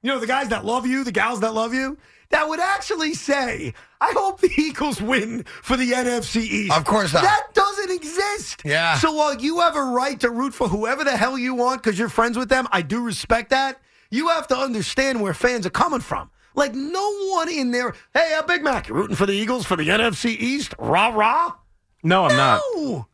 B: You know, the guys that love you, the gals that love you, that would actually say, I hope the Eagles win for the NFC East.
A: Of course not.
B: That doesn't exist.
A: Yeah.
B: So while you have a right to root for whoever the hell you want because you're friends with them, I do respect that. You have to understand where fans are coming from. Like, no one in there, hey, a Big Mac, you rooting for the Eagles for the NFC East? Rah, rah.
C: No, I'm not.
B: No.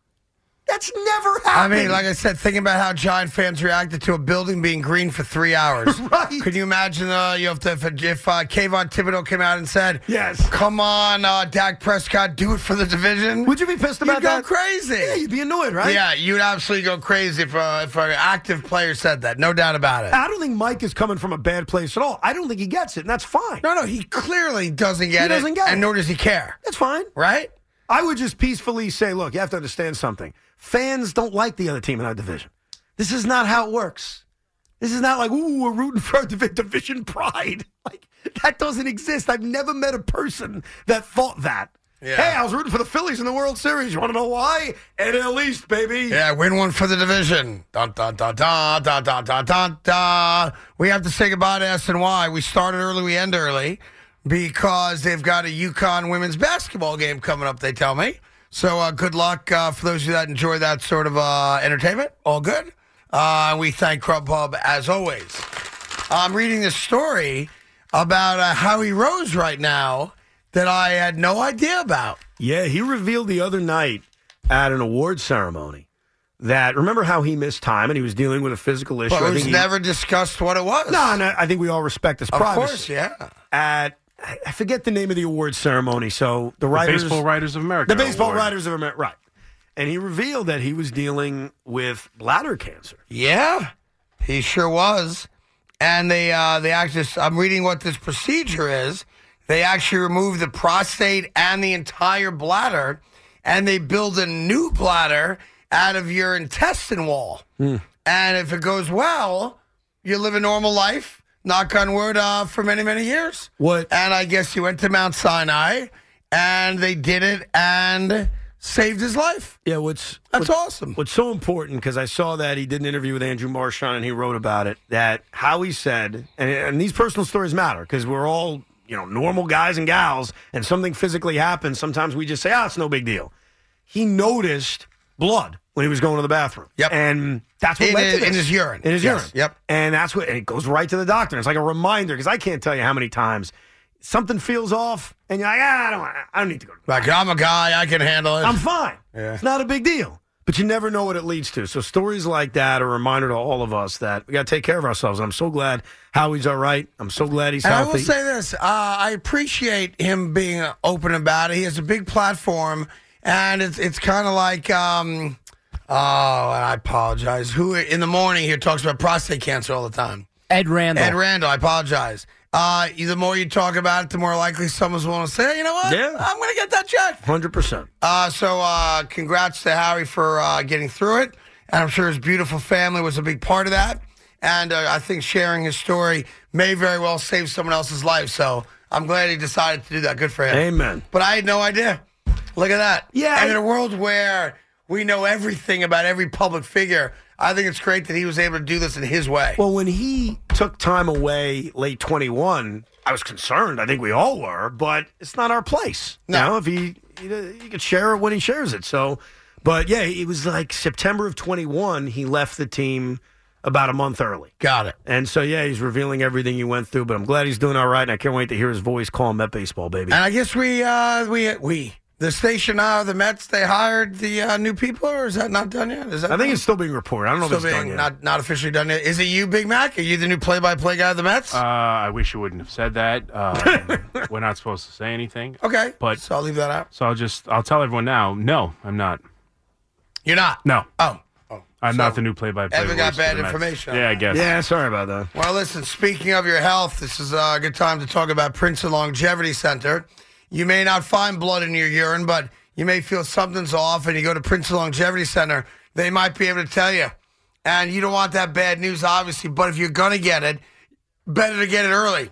B: That's never
A: I
B: happened.
A: mean, like I said, thinking about how Giant fans reacted to a building being green for three hours.
B: Right.
A: Could you imagine uh, you have to, if, if uh, Kayvon Thibodeau came out and said,
B: Yes.
A: come on, uh, Dak Prescott, do it for the division?
B: Would you be pissed
A: You'd
B: about
A: go
B: that?
A: crazy.
B: Yeah, you'd be annoyed, right?
A: Yeah, you'd absolutely go crazy if, uh, if an active player said that. No doubt about it.
B: I don't think Mike is coming from a bad place at all. I don't think he gets it, and that's fine.
A: No, no, he clearly doesn't get
B: He doesn't
A: it,
B: get
A: and
B: it.
A: nor does he care,
B: That's fine.
A: right?
B: I would just peacefully say, look, you have to understand something. Fans don't like the other team in our division. This is not how it works. This is not like, ooh, we're rooting for our divi- division pride. Like, that doesn't exist. I've never met a person that thought that.
A: Yeah.
B: Hey, I was rooting for the Phillies in the World Series. You want to know why? NL East, baby.
A: Yeah, win one for the division. Dun, dun, dun, dun, dun, dun, dun, dun, dun. We have to say goodbye to S and Y. We started early, we end early because they've got a UConn women's basketball game coming up. They tell me. So uh, good luck uh, for those of you that enjoy that sort of uh, entertainment. All good. Uh, we thank Grubhub as always. I'm reading this story about uh, Howie Rose right now that I had no idea about.
B: Yeah, he revealed the other night at an award ceremony that remember how he missed time and he was dealing with a physical issue.
A: But
B: I
A: it was
B: think he-
A: never discussed what it was.
B: no, no, I think we all respect his
A: Of
B: privacy.
A: course, yeah.
B: At I I forget the name of the award ceremony. So the writers,
C: Baseball Writers of America.
B: the baseball
C: Award.
B: writers of America, right? And he revealed that he was dealing with bladder cancer.
A: Yeah, he sure was. And they uh, they actually I'm reading what this procedure is. They actually remove the prostate and the entire bladder, and they build a new bladder out of your intestine wall.
B: Hmm.
A: And if it goes well, you live a normal life. Knock on wood uh, for many many years.
B: What?
A: And I guess he went to Mount Sinai, and they did it and saved his life.
B: Yeah, what's
A: That's
B: what-
A: awesome.
B: What's so important because I saw that he did an interview with Andrew Marchand and he wrote about it that how he said and, and these personal stories matter because we're all you know normal guys and gals and something physically happens sometimes we just say ah it's no big deal. He noticed blood when he was going to the bathroom.
A: Yep.
B: and that's what
A: In
B: led to
A: his- in
B: this.
A: his urine.
B: In his
A: Yes.
B: urine.
A: Yep.
B: and that's what and it goes right to the doctor. It's like a reminder because I can't tell you how many times something feels off and you're like ah I don't wanna- I don't need to go. to the
A: Like I'm a guy, I can handle it.
B: I'm fine. It's not a big deal. But you never know what it leads to. So stories like that are a reminder to all of us that we got to take care of ourselves. And I'm so glad Howie's all right. I'm so glad he's
A: And I
B: healthy.
A: will say this: uh, I appreciate him being open about it. He has a big platform, and it's it's kind of like, um, oh, and I apologize. Who in the morning here talks about prostate cancer all the time?
D: Ed Randall.
A: Ed Randall. I apologize. Uh, the more you talk about it, the more likely someone's willing to say, hey, you know what?
B: Yeah.
A: I'm going to get that checked.
B: 100%.
A: Uh, so, uh, congrats to Howie for uh, getting through it. And I'm sure his beautiful family was a big part of that. And uh, I think sharing his story may very well save someone else's life. So I'm glad he decided to do that. Good for him.
B: Amen.
A: But I had no idea. Look at that.
B: Yeah,
A: And
B: I-
A: in a world where we know everything about every public figure, I think it's great that he was able to do this in his way.
B: Well, when he took time away late 21, I was concerned. I think we all were, but it's not our place.
A: No.
B: You know, if he, he, he could share it when he shares it. So, but yeah, it was like September of 21, he left the team about a month early.
A: Got it.
B: And so, yeah, he's revealing everything he went through, but I'm glad he's doing all right, and I can't wait to hear his voice call him at baseball, baby.
A: And I guess we uh, we we the station uh, the Mets they hired the uh, new people, or is that not done yet? Is that
B: I think it's still being reported. I don't know
A: still
B: if it's done
A: being
B: yet.
A: not not officially done yet? Is it you, Big Mac? Are you the new play-by-play guy of the Mets?
C: Uh, I wish you wouldn't have said that. Um, we're not supposed to say anything.
A: okay,
C: but-
A: so I'll leave that out.
C: So I'll just I'll tell everyone now. No, I'm not.
A: You're not.
C: No,
A: Oh, oh.
C: I'm
A: So,
C: not the new play-by-play.
A: Evan got
C: voice of
A: bad
C: the Mets.
A: information on
C: Yeah, I
A: that.
C: guess.
B: yeah, sorry about that.
A: Well, listen, speaking of your health, this is a good time to talk about Princeton Longevity Center. You may not find blood in your urine, but you may feel something's off, and you go to Princeton Longevity Center, they might be able to tell you. And you don't want that bad news, obviously, but if you're going to get it, better to get it early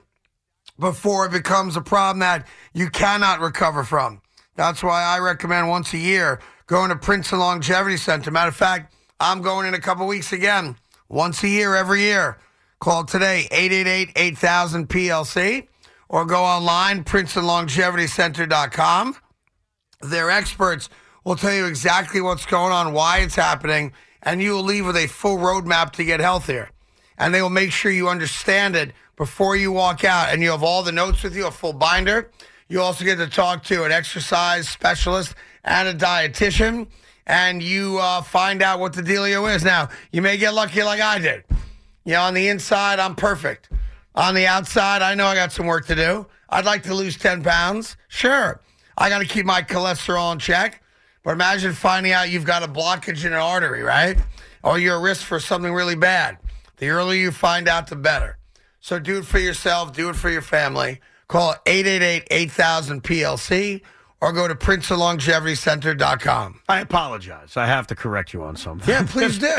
A: before it becomes a problem that you cannot recover from. That's why I recommend once a year going to Princeton Longevity Center. Matter of fact, I'm going in a couple weeks again, once a year, every year. Call today, 888 8000 PLC, or go online, princetonlongevitycenter.com. Their experts will tell you exactly what's going on, why it's happening, and you will leave with a full roadmap to get healthier. And they will make sure you understand it before you walk out. And you have all the notes with you, a full binder. You also get to talk to an exercise specialist and a dietitian, and you uh, find out what the dealio is. Now, you may get lucky like I did. You know, on the inside, I'm perfect. On the outside, I know I got some work to do. I'd like to lose 10 pounds. Sure. I got to keep my cholesterol in check. But imagine finding out you've got a blockage in an artery, right? Or you're at risk for something really bad. The earlier you find out, the better. So do it for yourself, do it for your family. Call 888 8000 PLC or go to princeoflongevitycenter.com.
B: I apologize. I have to correct you on something.
A: Yeah, please do.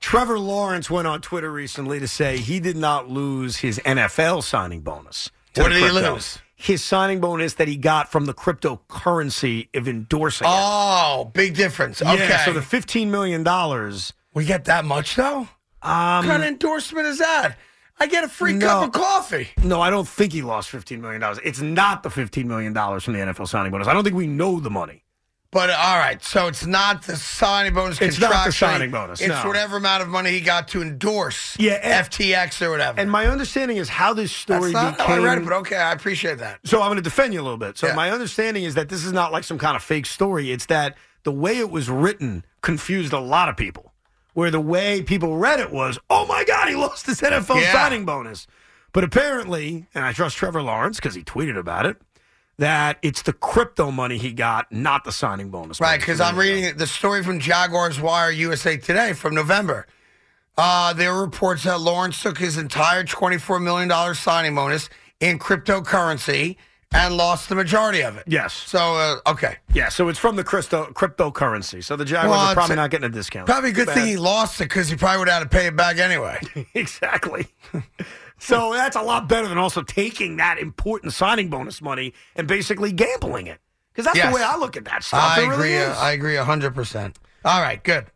B: Trevor Lawrence went on Twitter recently to say he did not lose his NFL signing bonus. to
A: What
B: the
A: did he
B: crypto.
A: lose?
B: His signing bonus that he got from the cryptocurrency of endorsing. it.
A: oh, big difference. Okay.
B: Yeah, so the fifteen million dollars.
A: We get that much though? what kind of endorsement is that? I get a free
B: No.
A: cup of coffee.
B: No, I don't think he lost fifteen million dollars. It's not the fifteen million dollars from the NFL signing bonus. I don't think we know the money.
A: But uh, all right, so it's not the signing bonus.
B: It's not the
A: contractually.
B: signing bonus,
A: It's
B: no.
A: whatever amount of money he got to endorse.
B: Yeah, and-
A: FTX or whatever.
B: And my understanding is how this
A: That's
B: story
A: not how I
B: became.
A: read it, but okay, I appreciate that.
B: So I'm going to defend you a little bit. So
A: Yeah.
B: my understanding is that this is not like some kind of fake story. It's that the way it was written confused a lot of people. Where the way people read it was, oh my God, he lost his NFL
A: Yeah.
B: signing bonus. But apparently, and I trust Trevor Lawrence because he tweeted about it, that it's the crypto money he got, not the signing bonus.
A: Right,
B: money.
A: because I'm reading the story from Jaguars Wire USA Today from November. Uh, there are reports that Lawrence took his entire $24 million signing bonus in cryptocurrency and lost the majority of it.
B: Yes.
A: So, uh, okay.
B: Yeah. So it's from the crypto cryptocurrency. So the Jaguars
A: Well,
B: are probably
A: it's-
B: not getting a discount.
A: Probably a good
B: Bad.
A: thing he lost it because he probably would have had to pay it back anyway.
B: exactly. so that's a lot better than also taking that important signing bonus money and basically gambling it. Because that's
A: Yes.
B: the way I look at that stuff.
A: I
B: It really
A: agree.
B: is.
A: I agree hundred percent. All right, good.